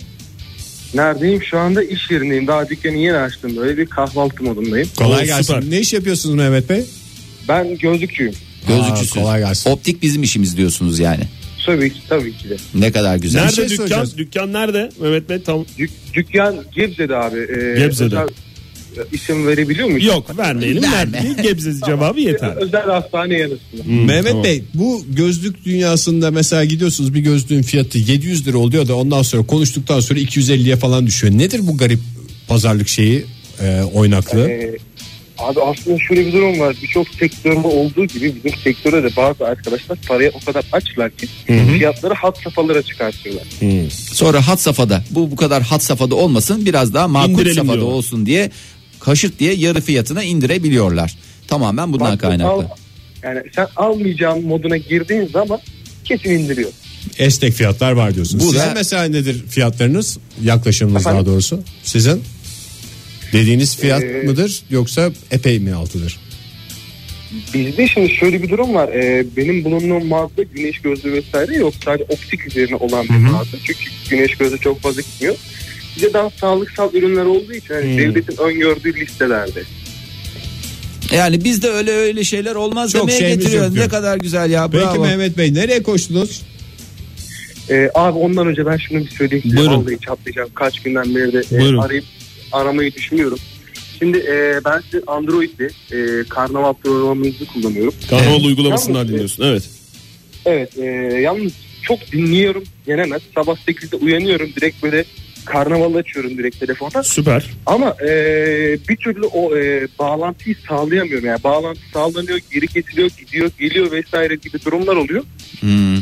Speaker 6: Neredeyim? Şu anda iş yerindeyim. Daha dükkanı yeni açtım. Böyle bir kahvaltı modundayım.
Speaker 2: Kolay
Speaker 4: Oo,
Speaker 2: gelsin.
Speaker 4: süper.
Speaker 2: Ne iş yapıyorsunuz Mehmet Bey?
Speaker 6: Ben gözlükçüyüm.
Speaker 3: Gözükçüsüz.
Speaker 2: Aa, kolay gelsin.
Speaker 3: Optik bizim işimiz diyorsunuz yani.
Speaker 6: Tabii ki, tabii ki de.
Speaker 3: Ne kadar güzel.
Speaker 4: Nerede
Speaker 2: şey
Speaker 4: dükkan?
Speaker 2: soracağız.
Speaker 4: Dükkan nerede? Mehmet Bey tam
Speaker 6: Dük- dükkan Gebze'de abi. Ee,
Speaker 4: Gebze'de.
Speaker 6: özel- İsim verebiliyor muyum?
Speaker 4: yok vermeyelim. Nerede? Gebzesi cevabı yeter. Hmm,
Speaker 6: Özel hastane yanısında.
Speaker 2: Mehmet
Speaker 4: tamam.
Speaker 2: Bey bu gözlük dünyasında mesela gidiyorsunuz bir gözlüğün fiyatı 700 lira oluyor da ondan sonra konuştuktan sonra 250'ye falan düşüyor. Nedir bu garip pazarlık şeyi e, oynaklığı?
Speaker 6: Ee, abi aslında şöyle bir durum var. Birçok sektörde olduğu gibi bizim sektörde de bazı arkadaşlar paraya o kadar açlar ki fiyatları hat safhalara çıkartıyorlar.
Speaker 3: Sonra hat safhada bu bu kadar hat safhada olmasın biraz daha makul
Speaker 4: İndirelim
Speaker 3: safhada
Speaker 4: diyorlar.
Speaker 3: olsun diye kaşırt diye yarı fiyatına indirebiliyorlar. Tamamen bundan
Speaker 6: Bak, al-
Speaker 3: kaynaklı.
Speaker 6: yani sen almayacağın moduna girdiğin zaman kesin indiriyor.
Speaker 2: Esnek fiyatlar var diyorsunuz.
Speaker 3: Bu
Speaker 2: Sizin
Speaker 3: da-
Speaker 2: mesela nedir fiyatlarınız? Yaklaşımınız
Speaker 6: Efendim?
Speaker 2: daha doğrusu. Sizin dediğiniz fiyat
Speaker 6: Ee,
Speaker 2: mıdır yoksa epey mi altıdır?
Speaker 6: Bizde şimdi şöyle bir durum var. Ee, benim bulunduğum mağazada güneş gözlüğü vesaire yok. Sadece optik üzerine olan bir mağaza. Çünkü güneş gözlüğü çok fazla gitmiyor. Bize daha sağlıksal ürünler olduğu için hani devletin öngördüğü listelerde.
Speaker 3: Yani bizde Hani öyle öyle şeyler olmaz
Speaker 2: Çok
Speaker 3: demeye
Speaker 2: şeyimiz
Speaker 3: getiriyorsun.
Speaker 2: yok diyor.
Speaker 3: Ne kadar güzel ya
Speaker 2: Peki
Speaker 3: bravo.
Speaker 2: Mehmet Bey nereye koştunuz?
Speaker 6: Ee, abi ondan önce ben şunu bir söyleyeyim size.
Speaker 4: Buyurun.
Speaker 6: Vallahi çatlayacağım. Kaç günden beri de e,
Speaker 4: Buyurun.
Speaker 6: arayıp aramayı düşünüyorum. Şimdi e, ben size Android'li e, karnaval programınızı kullanıyorum.
Speaker 4: Karnaval uygulamasından
Speaker 6: Yalnız-
Speaker 4: dinliyorsun. Evet.
Speaker 6: Evet e, yalnız çok dinliyorum yenemez. Sabah 8'de uyanıyorum direkt böyle karnaval açıyorum direkt telefonda.
Speaker 4: Süper.
Speaker 6: Ama e, bir türlü o e, bağlantıyı sağlayamıyorum. Yani bağlantı sağlanıyor, geri getiriyor, gidiyor, geliyor vesaire gibi durumlar oluyor.
Speaker 3: Hmm.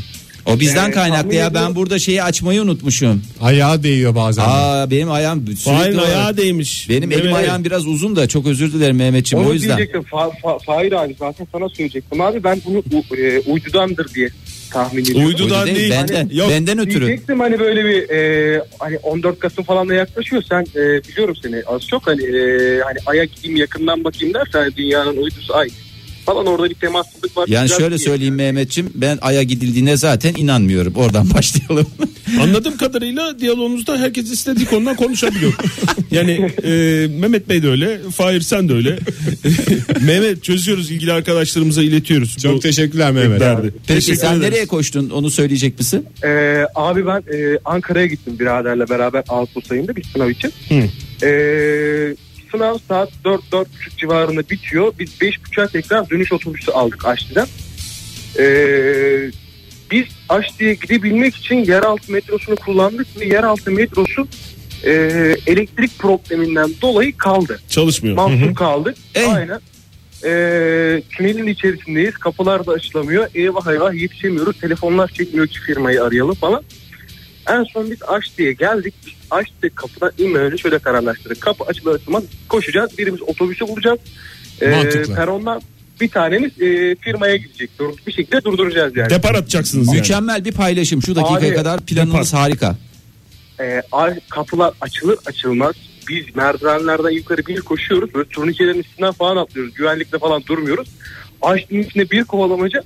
Speaker 3: O bizden
Speaker 6: Ee,
Speaker 3: kaynaklı
Speaker 6: tahmin
Speaker 3: ya ben
Speaker 6: ediyorum.
Speaker 3: burada şeyi açmayı unutmuşum.
Speaker 2: Ayağa değiyor bazen.
Speaker 3: Aa benim ayağım
Speaker 4: Fahir
Speaker 3: sürekli
Speaker 4: ayağı değmiş.
Speaker 3: benim elim
Speaker 4: Evet.
Speaker 3: ayağım biraz uzun da çok özür dilerim Mehmetçim
Speaker 6: Onu
Speaker 3: o yüzden.
Speaker 6: diyecektim. Fa, fa, Fahir abi zaten sana söyleyecektim. Abi ben bunu u- e, uydudandır diye tahmin ediyorum. Hani
Speaker 4: Uydu- Uydudan değil.
Speaker 3: Benden,
Speaker 4: Yok.
Speaker 3: benden ötürü.
Speaker 6: Diyecektim hani böyle bir e, hani 14 Kasım falan da yaklaşıyor. Sen e, biliyorum seni az çok hani e, hani aya gideyim yakından bakayım dersen hani dünyanın uydusu ay falan orada bir temassızlık var.
Speaker 3: Yani
Speaker 6: Biraz
Speaker 3: şöyle
Speaker 6: iyi.
Speaker 3: söyleyeyim Mehmetçim ben aya gidildiğine zaten inanmıyorum. Oradan [laughs] başlayalım.
Speaker 4: Anladığım kadarıyla diyalogumuzda herkes istediği konudan
Speaker 2: [laughs]
Speaker 4: konuşabiliyor. yani e, Mehmet Bey de öyle, Fahir sen de öyle. [laughs] Mehmet çözüyoruz ilgili arkadaşlarımıza iletiyoruz.
Speaker 2: Çok
Speaker 4: Bu
Speaker 2: teşekkürler Mehmet.
Speaker 4: derdi.
Speaker 3: Peki
Speaker 4: Teşekkür
Speaker 3: sen
Speaker 4: ederiz.
Speaker 3: nereye koştun onu söyleyecek misin?
Speaker 6: Ee, abi ben e, Ankara'ya gittim biraderle beraber Ağustos ayında bir sınav için. Ee, sınav saat 4-4.30 civarında bitiyor. Biz 5.30'a tekrar dönüş otobüsü aldık Aşti'den. Ee, biz Aşti'ye gidebilmek için yeraltı metrosunu kullandık ve yeraltı metrosu e, elektrik probleminden dolayı kaldı.
Speaker 4: Çalışmıyor.
Speaker 6: Mahsur kaldık.
Speaker 3: Ey.
Speaker 6: Aynen. Ee, tünelin içerisindeyiz. Kapılar da açılamıyor. Eyvah eyvah yetişemiyoruz. Telefonlar çekmiyor ki firmayı arayalım falan. En son biz aç diye geldik. Biz aç diye kapıdan inmeden önce şöyle kararlaştırdık. Kapı açılır açılmaz koşacağız. Birimiz otobüsü bulacağız. Ee,
Speaker 2: Mantıklı.
Speaker 6: perondan bir tanemiz e, firmaya gidecek. Dur- Bir şekilde durduracağız yani.
Speaker 4: Depar atacaksınız yani.
Speaker 3: Mükemmel bir paylaşım. Şu dakikaya
Speaker 6: Abi,
Speaker 3: kadar planınız harika.
Speaker 6: E, ar- kapılar açılır açılmaz biz merdivenlerden yukarı bir koşuyoruz. Böyle turnikelerin üstünden falan atlıyoruz. Güvenlikte falan durmuyoruz. Ağaçın içinde bir kovalamaca.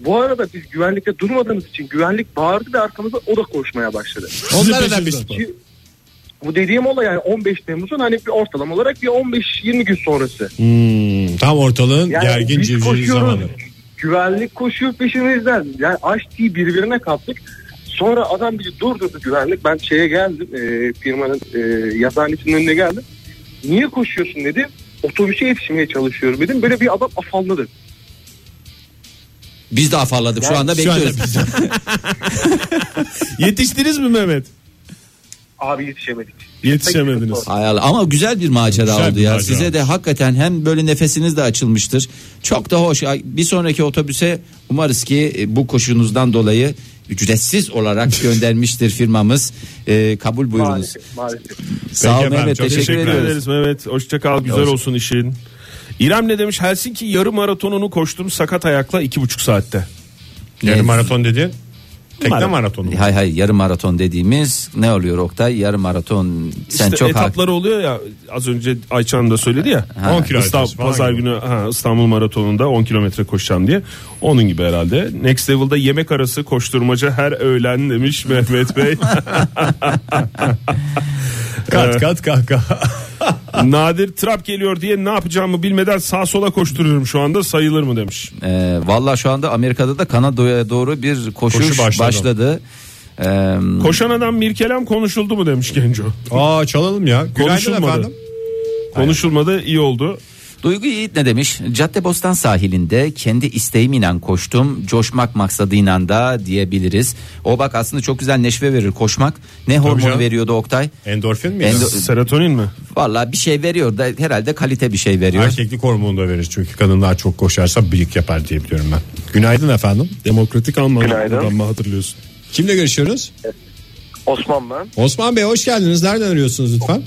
Speaker 6: Bu arada biz güvenlikte durmadığımız için güvenlik bağırdı ve arkamızda o da koşmaya başladı.
Speaker 4: Sizin
Speaker 2: Onlara da bir
Speaker 4: peşinizden.
Speaker 6: Ki bu dediğim olay yani 15 Temmuz'un hani bir ortalama olarak bir 15-20 gün sonrası.
Speaker 2: Hmm, Tam ortalığın
Speaker 6: Yani
Speaker 2: gergin
Speaker 6: biz
Speaker 2: civcivli
Speaker 6: koşuyoruz,
Speaker 2: zamanı.
Speaker 6: e,
Speaker 3: Biz de afalladık şu anda bekliyoruz.
Speaker 4: Yetiştiniz mi Mehmet?
Speaker 6: Abi yetişemedik.
Speaker 4: Yetişemediniz.
Speaker 3: Hay Allah. Ama güzel bir macera
Speaker 4: Güzel
Speaker 3: oldu
Speaker 4: bir
Speaker 3: ya.
Speaker 4: macera.
Speaker 3: Size de hakikaten hem böyle nefesiniz de açılmıştır. Çok da hoş. Ay, Bir sonraki otobüse umarız ki e, bu koşunuzdan dolayı ücretsiz
Speaker 4: [laughs]
Speaker 3: olarak göndermiştir firmamız. E, kabul buyurunuz.
Speaker 6: Maalesef, maalesef.
Speaker 3: Sağ
Speaker 2: Peki
Speaker 3: ol
Speaker 2: efendim,
Speaker 3: Mehmet.
Speaker 2: çok
Speaker 3: Teşekkür,
Speaker 2: teşekkür
Speaker 3: ediyoruz.
Speaker 4: ederiz Mehmet. Hoşça kal. Güzel olsun işin. İrem ne demiş? Helsinki yarı maratonunu koştum sakat ayakla iki buçuk saatte.
Speaker 2: Yarı
Speaker 3: Evet.
Speaker 2: maraton dedi. Tekne
Speaker 4: Maraton.
Speaker 2: maratonu.
Speaker 3: Hay hay yarım maraton dediğimiz ne oluyor Oktay? Yarım maraton sen
Speaker 4: İşte
Speaker 3: çok haklı.
Speaker 4: etapları oluyor ya az önce Ayça Hanım da söyledi ya.
Speaker 2: Ha. 10 kilometre
Speaker 4: İstanbul,
Speaker 2: falan
Speaker 4: pazar
Speaker 2: gibi.
Speaker 4: günü ha, İstanbul Maratonu'nda 10 kilometre koşacağım diye. Onun gibi herhalde. Next Level'da yemek arası koşturmaca her öğlen demiş
Speaker 3: [laughs]
Speaker 4: Mehmet Bey.
Speaker 3: Ee,
Speaker 2: Kat kat kahkaha.
Speaker 4: Nadir trap geliyor diye ne yapacağımı bilmeden sağa sola koşturuyorum şu anda sayılır mı demiş.
Speaker 3: Ee, Valla şu anda Amerika'da da Kanada'ya doğru bir koşuş
Speaker 2: Koşu
Speaker 3: başladı.
Speaker 2: başladı.
Speaker 3: Ee,
Speaker 4: Koşan adam Mirkelam konuşuldu mu demiş Genco.
Speaker 2: Aa çalalım ya. Günaydın
Speaker 4: Konuşulmadı.
Speaker 2: efendim.
Speaker 4: Konuşulmadı iyi oldu.
Speaker 3: Duygu Yiğit ne demiş? Caddebostan sahilinde kendi isteğimle koştum. Coşmak maksadıyla da diyebiliriz. O bak aslında çok güzel neşve verir koşmak. Ne hormonu
Speaker 2: canım.
Speaker 3: veriyordu Oktay?
Speaker 2: Endorfin miydi?
Speaker 3: Endo-
Speaker 4: Serotonin
Speaker 3: [laughs]
Speaker 4: mi?
Speaker 3: Valla bir şey veriyor da herhalde kalite bir şey veriyor.
Speaker 2: Erkeklik hormonu da verir çünkü kadınlar çok koşarsa büyük yapar diye biliyorum ben. Günaydın efendim.
Speaker 4: Demokratik
Speaker 8: Günaydın.
Speaker 4: Almanya'dan mı hatırlıyorsun?
Speaker 2: Kimle görüşüyoruz?
Speaker 8: Osman ben.
Speaker 2: Osman Bey hoş geldiniz. Nereden arıyorsunuz lütfen?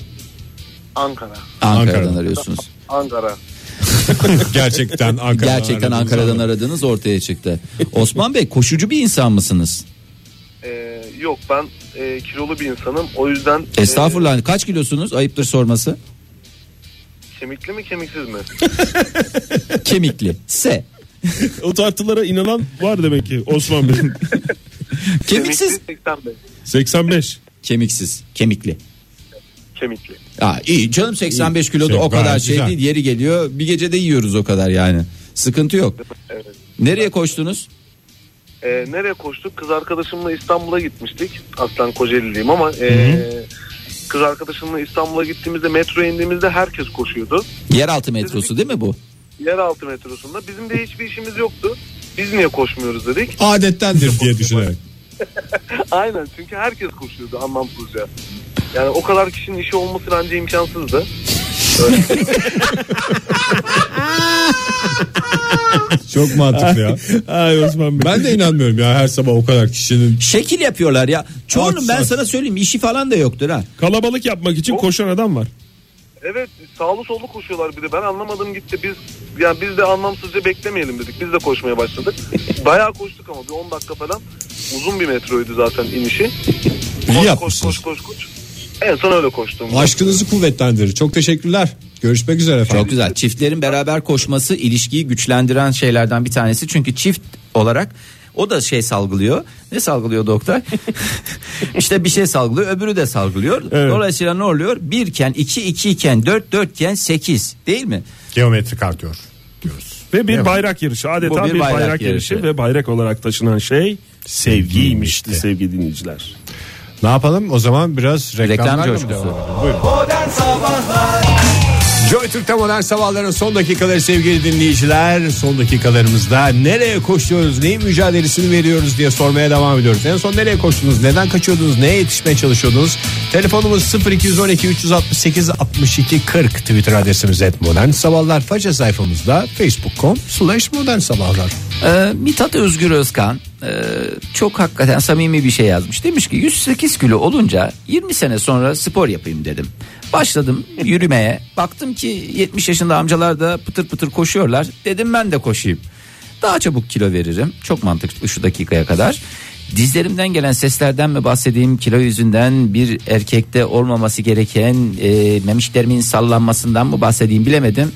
Speaker 8: Ankara.
Speaker 3: Ankara'dan
Speaker 2: Ankara'dan.
Speaker 3: arıyorsunuz.
Speaker 8: Ankara.
Speaker 2: [laughs] Gerçekten Ankara'dan.
Speaker 3: Gerçekten
Speaker 2: aradınız
Speaker 3: Ankara'dan
Speaker 2: ama.
Speaker 3: aradığınız ortaya çıktı. Osman Bey koşucu bir insan mısınız?
Speaker 8: Ee, yok ben e, kilolu bir insanım. O yüzden... e,
Speaker 3: Estağfurullah kaç kilosunuz ayıptır sorması?
Speaker 8: kemikli mi kemiksiz mi?
Speaker 3: Kemikli. S.
Speaker 4: O tartılara inanan var demek ki Osman Bey.
Speaker 3: [laughs] Kemiksiz.
Speaker 8: 85.
Speaker 4: 85.
Speaker 3: Kemiksiz. Kemikli.
Speaker 8: Kemikli.
Speaker 3: Ya iyi canım 85 kiloda
Speaker 2: Şey,
Speaker 3: o kadar
Speaker 2: gayet
Speaker 3: şey
Speaker 2: güzel.
Speaker 3: değil yeri geliyor bir gecede yiyoruz o kadar yani sıkıntı yok.
Speaker 8: Evet.
Speaker 3: Nereye koştunuz?
Speaker 8: Ee, nereye koştuk? Kız arkadaşımla İstanbul'a gitmiştik. Aslan Kocaeli'liyim ama ee, kız arkadaşımla İstanbul'a gittiğimizde metroya indiğimizde herkes koşuyordu.
Speaker 3: Yeraltı metrosu değil mi bu?
Speaker 8: Yeraltı metrosunda. Bizim de hiçbir işimiz yoktu. Biz niye koşmuyoruz dedik.
Speaker 2: Adettendir diye düşünerek.
Speaker 8: [laughs] Aynen çünkü herkes koşuyordu anlamsızca. Yani o kadar kişinin işi olması bence imkansızdı.
Speaker 2: Çok mantıklı ya.
Speaker 4: [laughs] Ay Osman Bey.
Speaker 2: Ben de inanmıyorum ya her sabah o kadar kişinin.
Speaker 3: Şekil yapıyorlar ya. Çoğunun ben
Speaker 2: Haklısın.
Speaker 3: sana söyleyeyim işi falan da yoktur ha.
Speaker 4: Kalabalık yapmak için koşan adam var.
Speaker 8: Evet sağlı sollu koşuyorlar bir de ben anlamadım gitti biz yani biz de anlamsızca beklemeyelim dedik biz de koşmaya başladık bayağı koştuk ama bir 10 dakika falan uzun bir metroydu zaten inişi
Speaker 2: İyi
Speaker 8: koş
Speaker 2: yapmışsınız.
Speaker 8: koş koş koş en son öyle koştum
Speaker 2: Aşkınızı kuvvetlendirir. Çok teşekkürler. Görüşmek üzere efendim.
Speaker 3: Çok güzel. Çiftlerin beraber koşması ilişkiyi güçlendiren şeylerden bir tanesi. Çünkü çift olarak o da şey salgılıyor. Ne salgılıyor doktor? [laughs] işte bir şey salgılıyor öbürü de salgılıyor.
Speaker 4: Evet.
Speaker 3: Dolayısıyla ne oluyor? Birken iki, iki iken dört, dörtken sekiz değil mi?
Speaker 2: Geometrik artıyor diyoruz.
Speaker 4: Ve bir
Speaker 2: Evet.
Speaker 4: bayrak yarışı adeta
Speaker 3: Bu
Speaker 4: bir, bayrak, yarışı. ve bayrak olarak taşınan şey sevgiymişti sevgili dinleyiciler.
Speaker 2: Ne yapalım o zaman biraz
Speaker 3: Reklam
Speaker 2: reklamlarla mı
Speaker 3: coşkusu.
Speaker 2: devam edelim? Buyurun. Joy Türk'te modern sabahların son dakikaları sevgili dinleyiciler. Son dakikalarımızda nereye koşuyoruz, neyin mücadelesini veriyoruz diye sormaya devam ediyoruz. En son nereye koştunuz, neden kaçıyordunuz, neye yetişmeye çalışıyordunuz? Telefonumuz 0212 368 62 40 Twitter adresimiz et modern sabahlar. Faça sayfamızda facebook.com slash modern sabahlar.
Speaker 3: Ee, Mithat Özgür Özkan e, çok hakikaten samimi bir şey yazmış. Demiş ki 108 kilo olunca 20 sene sonra spor yapayım dedim. Başladım yürümeye. Baktım ki 70 yaşında amcalar da pıtır pıtır koşuyorlar. Dedim ben de koşayım. Daha çabuk kilo veririm. Çok mantıklı şu dakikaya kadar. Dizlerimden gelen seslerden mi bahsedeyim kilo yüzünden bir erkekte olmaması gereken e, memişlerimin sallanmasından mı bahsedeyim bilemedim.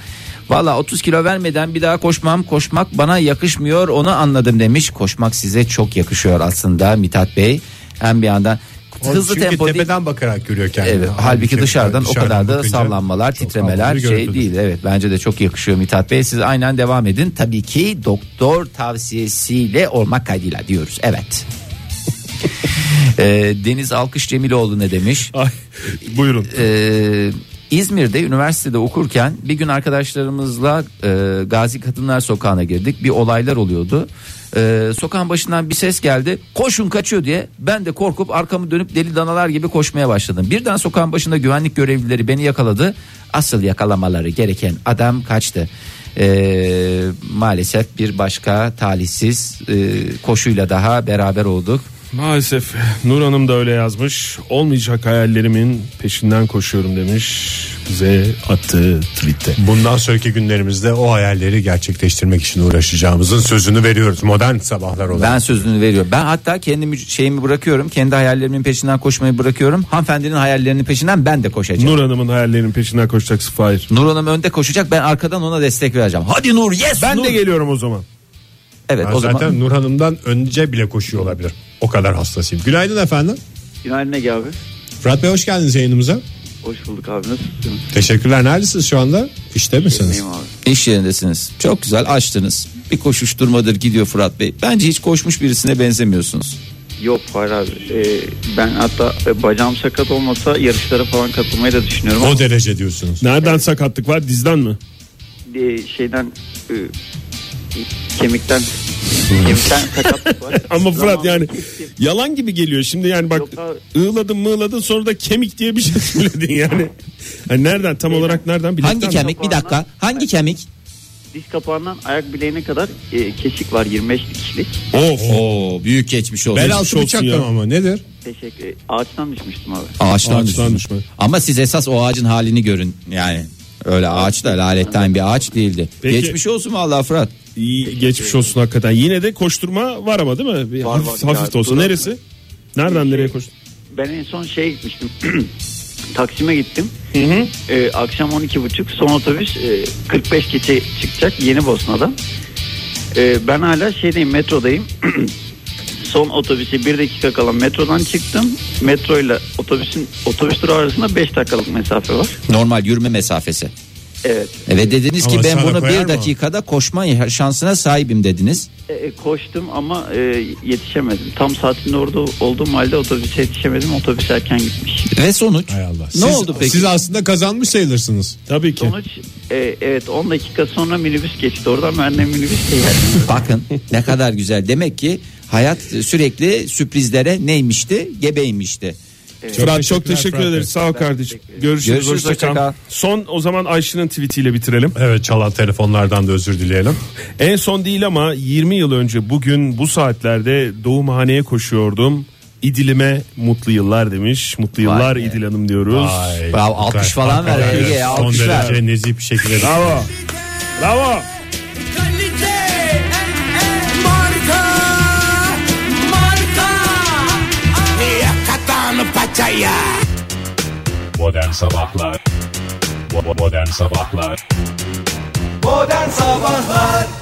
Speaker 3: Valla 30 kilo vermeden bir daha koşmam koşmak bana yakışmıyor onu anladım demiş. Koşmak size çok yakışıyor aslında Mithat Bey. Hem bir yandan hızlı
Speaker 2: Çünkü
Speaker 3: tempo değil.
Speaker 2: tepeden bakarak görüyor kendini.
Speaker 3: Evet,
Speaker 2: Halbuki
Speaker 3: halbuki dışarıdan o kadar da
Speaker 2: bakınca
Speaker 3: sallanmalar,
Speaker 2: çok
Speaker 3: titremeler
Speaker 2: farklı bir
Speaker 3: şey
Speaker 2: görüntüdür.
Speaker 3: değil. Evet, bence de çok yakışıyor Mithat Bey. Siz aynen devam edin. Tabii ki doktor tavsiyesiyle olmak kaydıyla diyoruz. Evet. Ee, Deniz Alkış Cemiloğlu ne demiş?
Speaker 4: Ay, buyurun.
Speaker 3: Ee, İzmir'de üniversitede okurken bir gün arkadaşlarımızla e, Gazi Kadınlar Sokağı'na girdik. Bir olaylar oluyordu. Ee, sokağın başından bir ses geldi. Koşun kaçıyor diye. Ben de korkup arkamı dönüp deli danalar gibi koşmaya başladım. Birden sokağın başında güvenlik görevlileri beni yakaladı. Asıl yakalamaları gereken adam kaçtı. Ee, maalesef bir başka talihsiz e, koşuyla daha beraber olduk.
Speaker 4: Maalesef Nur Hanım da öyle yazmış. Olmayacak hayallerimin peşinden koşuyorum demiş. Bize attığı tweette.
Speaker 2: Bundan sonraki günlerimizde o hayalleri gerçekleştirmek için uğraşacağımızın sözünü veriyoruz. Modern sabahlar olarak.
Speaker 3: Ben sözünü veriyorum. Ben hatta kendimi şeyimi bırakıyorum. Kendi hayallerimin peşinden koşmayı bırakıyorum. Hanımefendinin hayallerinin peşinden ben de koşacağım.
Speaker 4: Nur Hanım'ın hayallerinin peşinden koşacak Fahir.
Speaker 3: Nur Hanım önde koşacak. Ben arkadan ona destek vereceğim. Hadi Nur yes
Speaker 4: Ben
Speaker 3: Nur.
Speaker 4: de geliyorum o zaman.
Speaker 3: Evet
Speaker 2: Ben
Speaker 3: o
Speaker 2: zaten
Speaker 3: zaman.
Speaker 2: Nur Hanım'dan önce bile koşuyor olabilir. O kadar hastasıyım. Günaydın efendim.
Speaker 9: Günaydın Ege abi.
Speaker 2: Fırat Bey hoş geldiniz yayınımıza.
Speaker 9: Hoş bulduk abi nasılsın?
Speaker 2: Teşekkürler. Neredesiniz şu anda? İşte misiniz?
Speaker 9: İyiyim abi.
Speaker 5: İş yerindesiniz. Çok güzel açtınız. Bir koşuşturmadır gidiyor Fırat Bey. Bence hiç koşmuş birisine benzemiyorsunuz.
Speaker 9: Yok hayır abi. Ee, ben hatta e, bacağım sakat olmasa yarışlara falan katılmayı da düşünüyorum.
Speaker 2: O derece diyorsunuz.
Speaker 4: Nereden sakatlık var? Dizden mi?
Speaker 9: Ama, e, şeyden e, kemikten
Speaker 2: [laughs]
Speaker 9: kemikten sakatlık var.
Speaker 4: Ama Fırat
Speaker 9: Zamanla-
Speaker 4: yani yalan gibi geliyor. Şimdi yani bak
Speaker 9: Yok abi.
Speaker 4: ığladın mığladın sonra da kemik diye bir şey [laughs] söyledin yani. Hani nereden tam olarak nereden bilekten
Speaker 5: Hangi
Speaker 4: mi?
Speaker 5: kemik? Bir dakika. Hangi kemik?
Speaker 9: Diz kapağından ayak bileğine kadar e, kesik var 25 dikişlik.
Speaker 4: Of.
Speaker 5: Oo büyük geçmiş olsun.
Speaker 2: Bel
Speaker 4: Geçmiş
Speaker 2: altı
Speaker 4: olsun
Speaker 2: bıçaklama
Speaker 4: ya.
Speaker 2: ama nedir?
Speaker 9: Teşekkür Ağaçtan düşmüştüm abi.
Speaker 5: Ağaçtan,
Speaker 4: Ağaçtan
Speaker 5: düşme.
Speaker 4: düşme.
Speaker 5: Ama siz esas o ağacın halini görün yani. Öyle ağaç da laletten bir ağaç değildi.
Speaker 4: Peki.
Speaker 5: Geçmiş olsun vallahi Fırat.
Speaker 4: İyi, geçmiş olsun hakikaten. Yine de koşturma var ama değil mi? Bir
Speaker 9: Var,
Speaker 4: hafif,
Speaker 9: var.
Speaker 4: hafif de
Speaker 9: Ya,
Speaker 4: olsa.
Speaker 9: durum-
Speaker 4: Neresi? Nereden nereye koştun?
Speaker 9: Ben en son şeye gitmiştim. [clears throat] Taksim'e gittim. Ee, akşam 12.30 son otobüs e, 45 geçe çıkacak Yeni Bosna'dan. Ee, ben hala şeydeyim metrodayım. [clears throat] son otobüse 1 dakika kala metrodan çıktım. Metroyla otobüsün otobüs durağı arasında 5 dakikalık mesafe var.
Speaker 5: Normal yürüme mesafesi.
Speaker 9: Evet.
Speaker 5: Ve dediniz ki
Speaker 2: Ama
Speaker 5: ben
Speaker 2: sana
Speaker 5: bunu
Speaker 2: koyar
Speaker 5: bir
Speaker 2: mı?
Speaker 5: dakikada koşma şansına sahibim dediniz.
Speaker 9: E, e, koştum ama e, yetişemedim. Tam saatinde orada olduğum halde otobüse yetişemedim. Otobüs erken gitmiş.
Speaker 5: Ve sonuç.
Speaker 2: Hay Allah.
Speaker 5: Ne oldu peki?
Speaker 2: Siz aslında kazanmış sayılırsınız.
Speaker 4: Tabii ki.
Speaker 9: Sonuç e, evet 10 dakika sonra minibüs geçti. Oradan ben de minibüsle geldim.
Speaker 2: [laughs]
Speaker 5: Bakın ne kadar güzel. Demek ki hayat sürekli sürprizlere neymişti? Gebeymişti.
Speaker 4: Fırat çok
Speaker 2: teşekkürler
Speaker 4: teşekkür
Speaker 2: Fırat Bey.
Speaker 4: ederiz. Sağ ol kardeşim. Görüşürüz.
Speaker 5: Görüşürüz,
Speaker 4: hoşça
Speaker 5: hoşça
Speaker 4: kal.
Speaker 5: kal.
Speaker 4: Son o zaman Ayşe'nin tweetiyle bitirelim.
Speaker 2: Evet çalan telefonlardan da özür dileyelim.
Speaker 4: En son değil ama 20 yıl önce bugün bu saatlerde doğumhaneye koşuyordum. İdilime mutlu yıllar demiş. Mutlu yıllar İdil Hanım diyoruz.
Speaker 2: Ay,
Speaker 5: Bravo, alkış falan ver
Speaker 2: hakikaten
Speaker 5: Ege,
Speaker 2: Son
Speaker 5: alkış ver.
Speaker 2: derece nezih bir şekilde.
Speaker 4: Bravo. Bravo.
Speaker 2: Modern Sabahlar Modern Sabahlar
Speaker 10: Modern Sabahlar